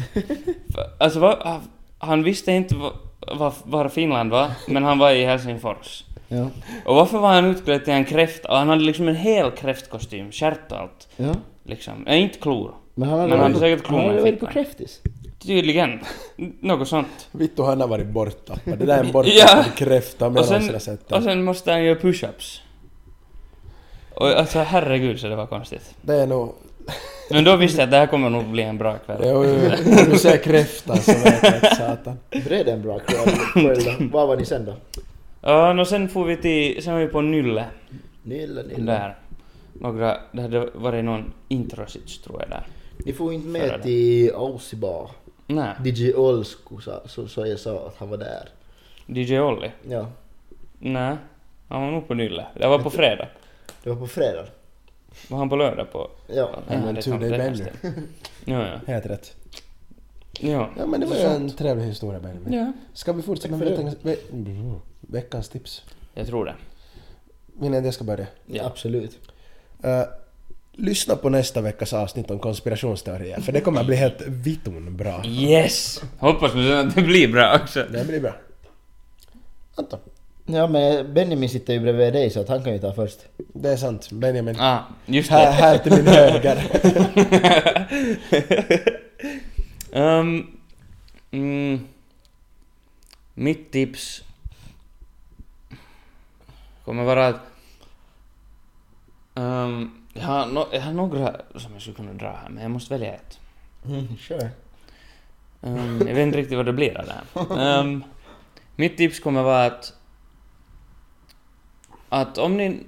För, alltså vad- han visste inte var, var, var Finland var, men han var i Helsingfors. Ja. Och varför var han utklädd till en kräfta? Och han hade liksom en hel kräftkostym, stjärt och allt. ja. Liksom. Nej, inte klor. Men han hade, Men han varit- säkert klon han hade i varit på fickan. kräftis. Tydligen. Något sånt. Vittu han har varit borta. Det där är en borta Ja. kräfta Och mellan sina sen, sätt. och sen måste han göra push-ups. Och alltså herregud så det var konstigt. Det är nog... Men då visste jag att det här kommer nog bli en bra kväll. Jo, jo, jo. Om du säger kräfta så vet jag att satan. Bred en bra kväll. Vad var ni sen då? Ja, och sen får vi till, sen var vi på Nylle. Nilla, nilla. Där. Några, det hade varit någon introsits tror jag där. Ni får inte Förra med till Ausibar. Nej, DJ Olsku sa, så, så jag sa att han var där. DJ Olli. Ja. Nej, han var nog på Nylle. Det var på fredag. Det var på fredag. Var han på lördag på... Ja. men det tur kan- dig det Benny. kanske det. Ja, ja. Helt rätt. Ja. Ja men det var ju en trevlig historia Benjamin. ja. Ska vi fortsätta med veckans, ve, mm, veckans tips? Jag tror det. Vill ni att jag ska börja? Ja. Absolut. Eh, lyssna på nästa veckas avsnitt om konspirationsteorier för det kommer bli helt vitton bra. Mm. Yes! Hoppas nu att det blir bra också. Det blir bra. Anton, Ja men Benjamin sitter ju bredvid dig så att han kan ju ta först. det är sant. Benjamin. Ah, just det. Här, här till min höger. Ehm, Mm. Mitt tips kommer vara att... Ehm, jag, har no, jag har några som jag skulle kunna dra här, men jag måste välja ett. Mm, sure. Ehm, jag vet inte riktigt vad det blir av det här. Ehm, mitt tips kommer vara att... Att om ni...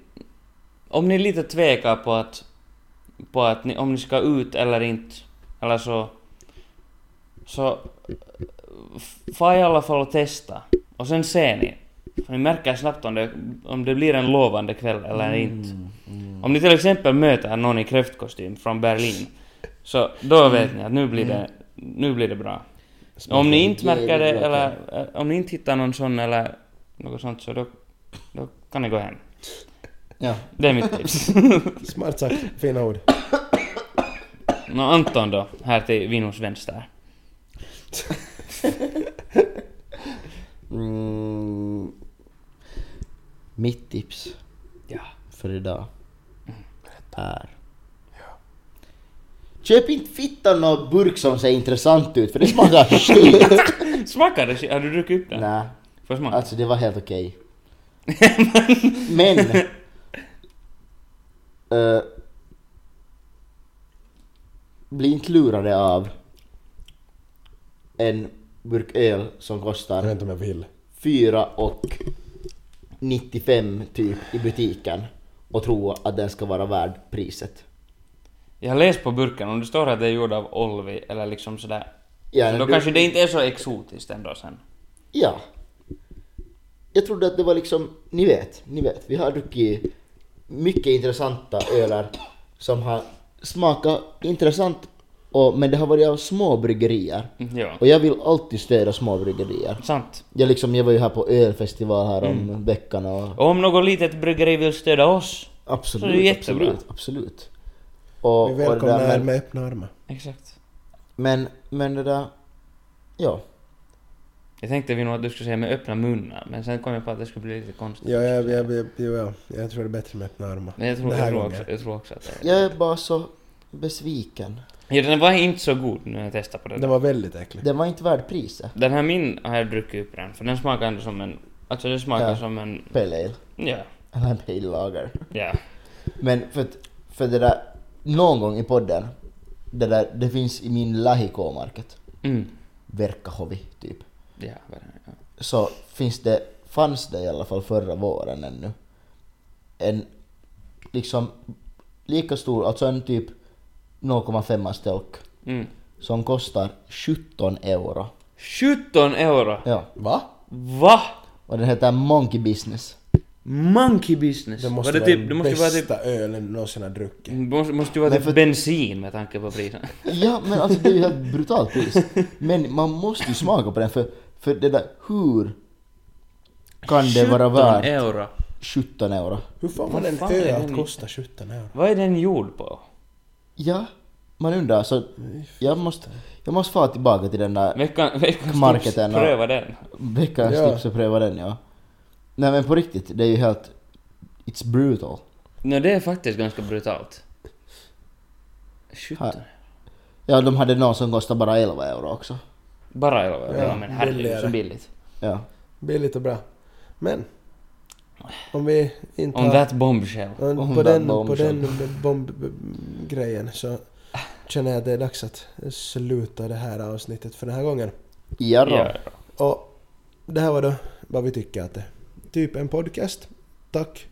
Om ni lite tvekar på att... På att ni, om ni ska ut eller inte, eller så... Så... Få i alla fall och testa. Och sen ser ni. För ni märker snabbt om det, om det blir en lovande kväll eller inte. Om ni till exempel möter någon i kräftkostym från Berlin, så då vet ni att nu blir det, nu blir det bra. Om ni inte märker Mm. det, eller eh, om ni inte hittar någon sån eller något sånt, så då, då kan ni gå hem. Ja. Det är mitt tips. Smart sagt, fina ord. Nå Anton då, här till Vinos vänster. Mm. Mitt tips för idag är... Köp inte fittan någon burk som ser intressant ut för det smakar skit! Smakar det? skit? Har du druckit upp den? Nej, Får jag smaka? alltså det var helt okej. Men... eh, bli inte lurade av en burk öl som Jag kostar Mm. vet inte om jag vill. 4 och 95 typ i butiken och tro att den ska vara värd priset. Jag har läst på burken, om det står att det är gjord av Olvi eller liksom sådär. Ja, så då du- kanske det inte är så exotiskt ändå sen. Ja. Jag trodde att det var liksom, ni vet, ni vet. Vi har druckit mycket intressanta öler som har smakat intressant och, men det har varit av små bryggerier. Ja, Och jag vill alltid stödja små bryggerier. sant. Jag, liksom, jag var ju här på ölfestival här om Mm. veckan och Och om något litet bryggeri vill stödja oss. absolut, Så det är jättebra. absolut, absolut. Och, Vi och det där välkomnar er med- med öppna armar. Exakt. Men, men det där... Ja. Jag tänkte Vino att du skulle säga med öppna munnar, men sen kom jag på att det skulle bli lite konstigt. Ja, jag, jag, jag, jo, ja, jag tror det är bättre med öppna armar. Men jag tror, Den här jag tror, också, gången. jag tror också att det är... Jag är bara så besviken. Ja, den var inte så god när jag testade på den. Den var väldigt äcklig. Den var inte värd priset. Den här min har jag druckit upp redan, för den smakar ändå som en... Alltså den smakar Ja. som en... Pale ale. Ja, Eller en pale lager. ja. Men för, att- för det där, någon gång i podden, det där, det finns i min lähikåmarket, Mm. Verkkahovi typ, Ja, vad är det? Ja. så finns det, fanns det i alla fall förra våren ännu, en liksom lika stor, alltså en typ 0,5 stelk Mm. som kostar 17 euro. 17 euro! Ja. Va? Va? Och den heter Monkey Business. Monkey business! Det måste Var vara det den det måste ju vara typ... bästa ölen någonsin har druckit. Måste, måste ju vara Men typ för- bensin med tanke på priset. Ja men alltså det är ju helt brutalt pris. Men man måste ju smaka på den för, för det där, hur kan det vara 17 värt euro! 17 euro. Hur fan Vad var den fan är öl den? att kosta 17 euro? Vad är den gjord på? Ja, man undrar så jag måste, jag måste få tillbaka till den där Veckan, veckans tips, Marketen och- pröva den. veckans Ja. tips och pröva den ja. Nej men på riktigt, det är ju helt, it's brutal. No, det är faktiskt ganska brutalt. 17. Här. Ja de hade någon som kostade bara 11 euro också. Bara 11 euro, Ja, ja, men herregud billigare. så billigt. Ja. Billigt och bra. Men. Om vi inte On har... that bombshell. om- on på, that den, på bombshell. den bombgrejen så känner jag att det är dags att sluta det här avsnittet för den här gången. Ja, då. Ja. Och det här var då vad vi tycker att det är. Typ en podcast. Tack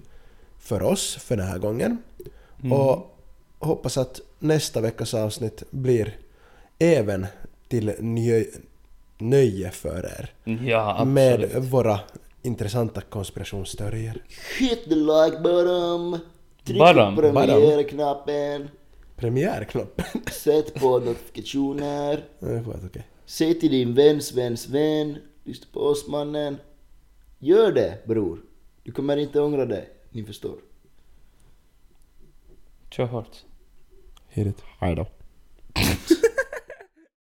för oss för den här gången. Mm. Och hoppas att nästa veckas avsnitt blir även till nöje, nöje för er. Ja, absolut. Med våra intressanta konspirationsteorier. Hit the like button! Tryck Bottom, på prenumerera-knappen, Premiärknoppen. sätt på notifikationer, Ja, det får vara okej. säg till din väns väns vän, lyssna på oss mannen. Gör det bror! Du kommer inte ångra dig, ni förstår. Kör hårt. Hej då. Hej då.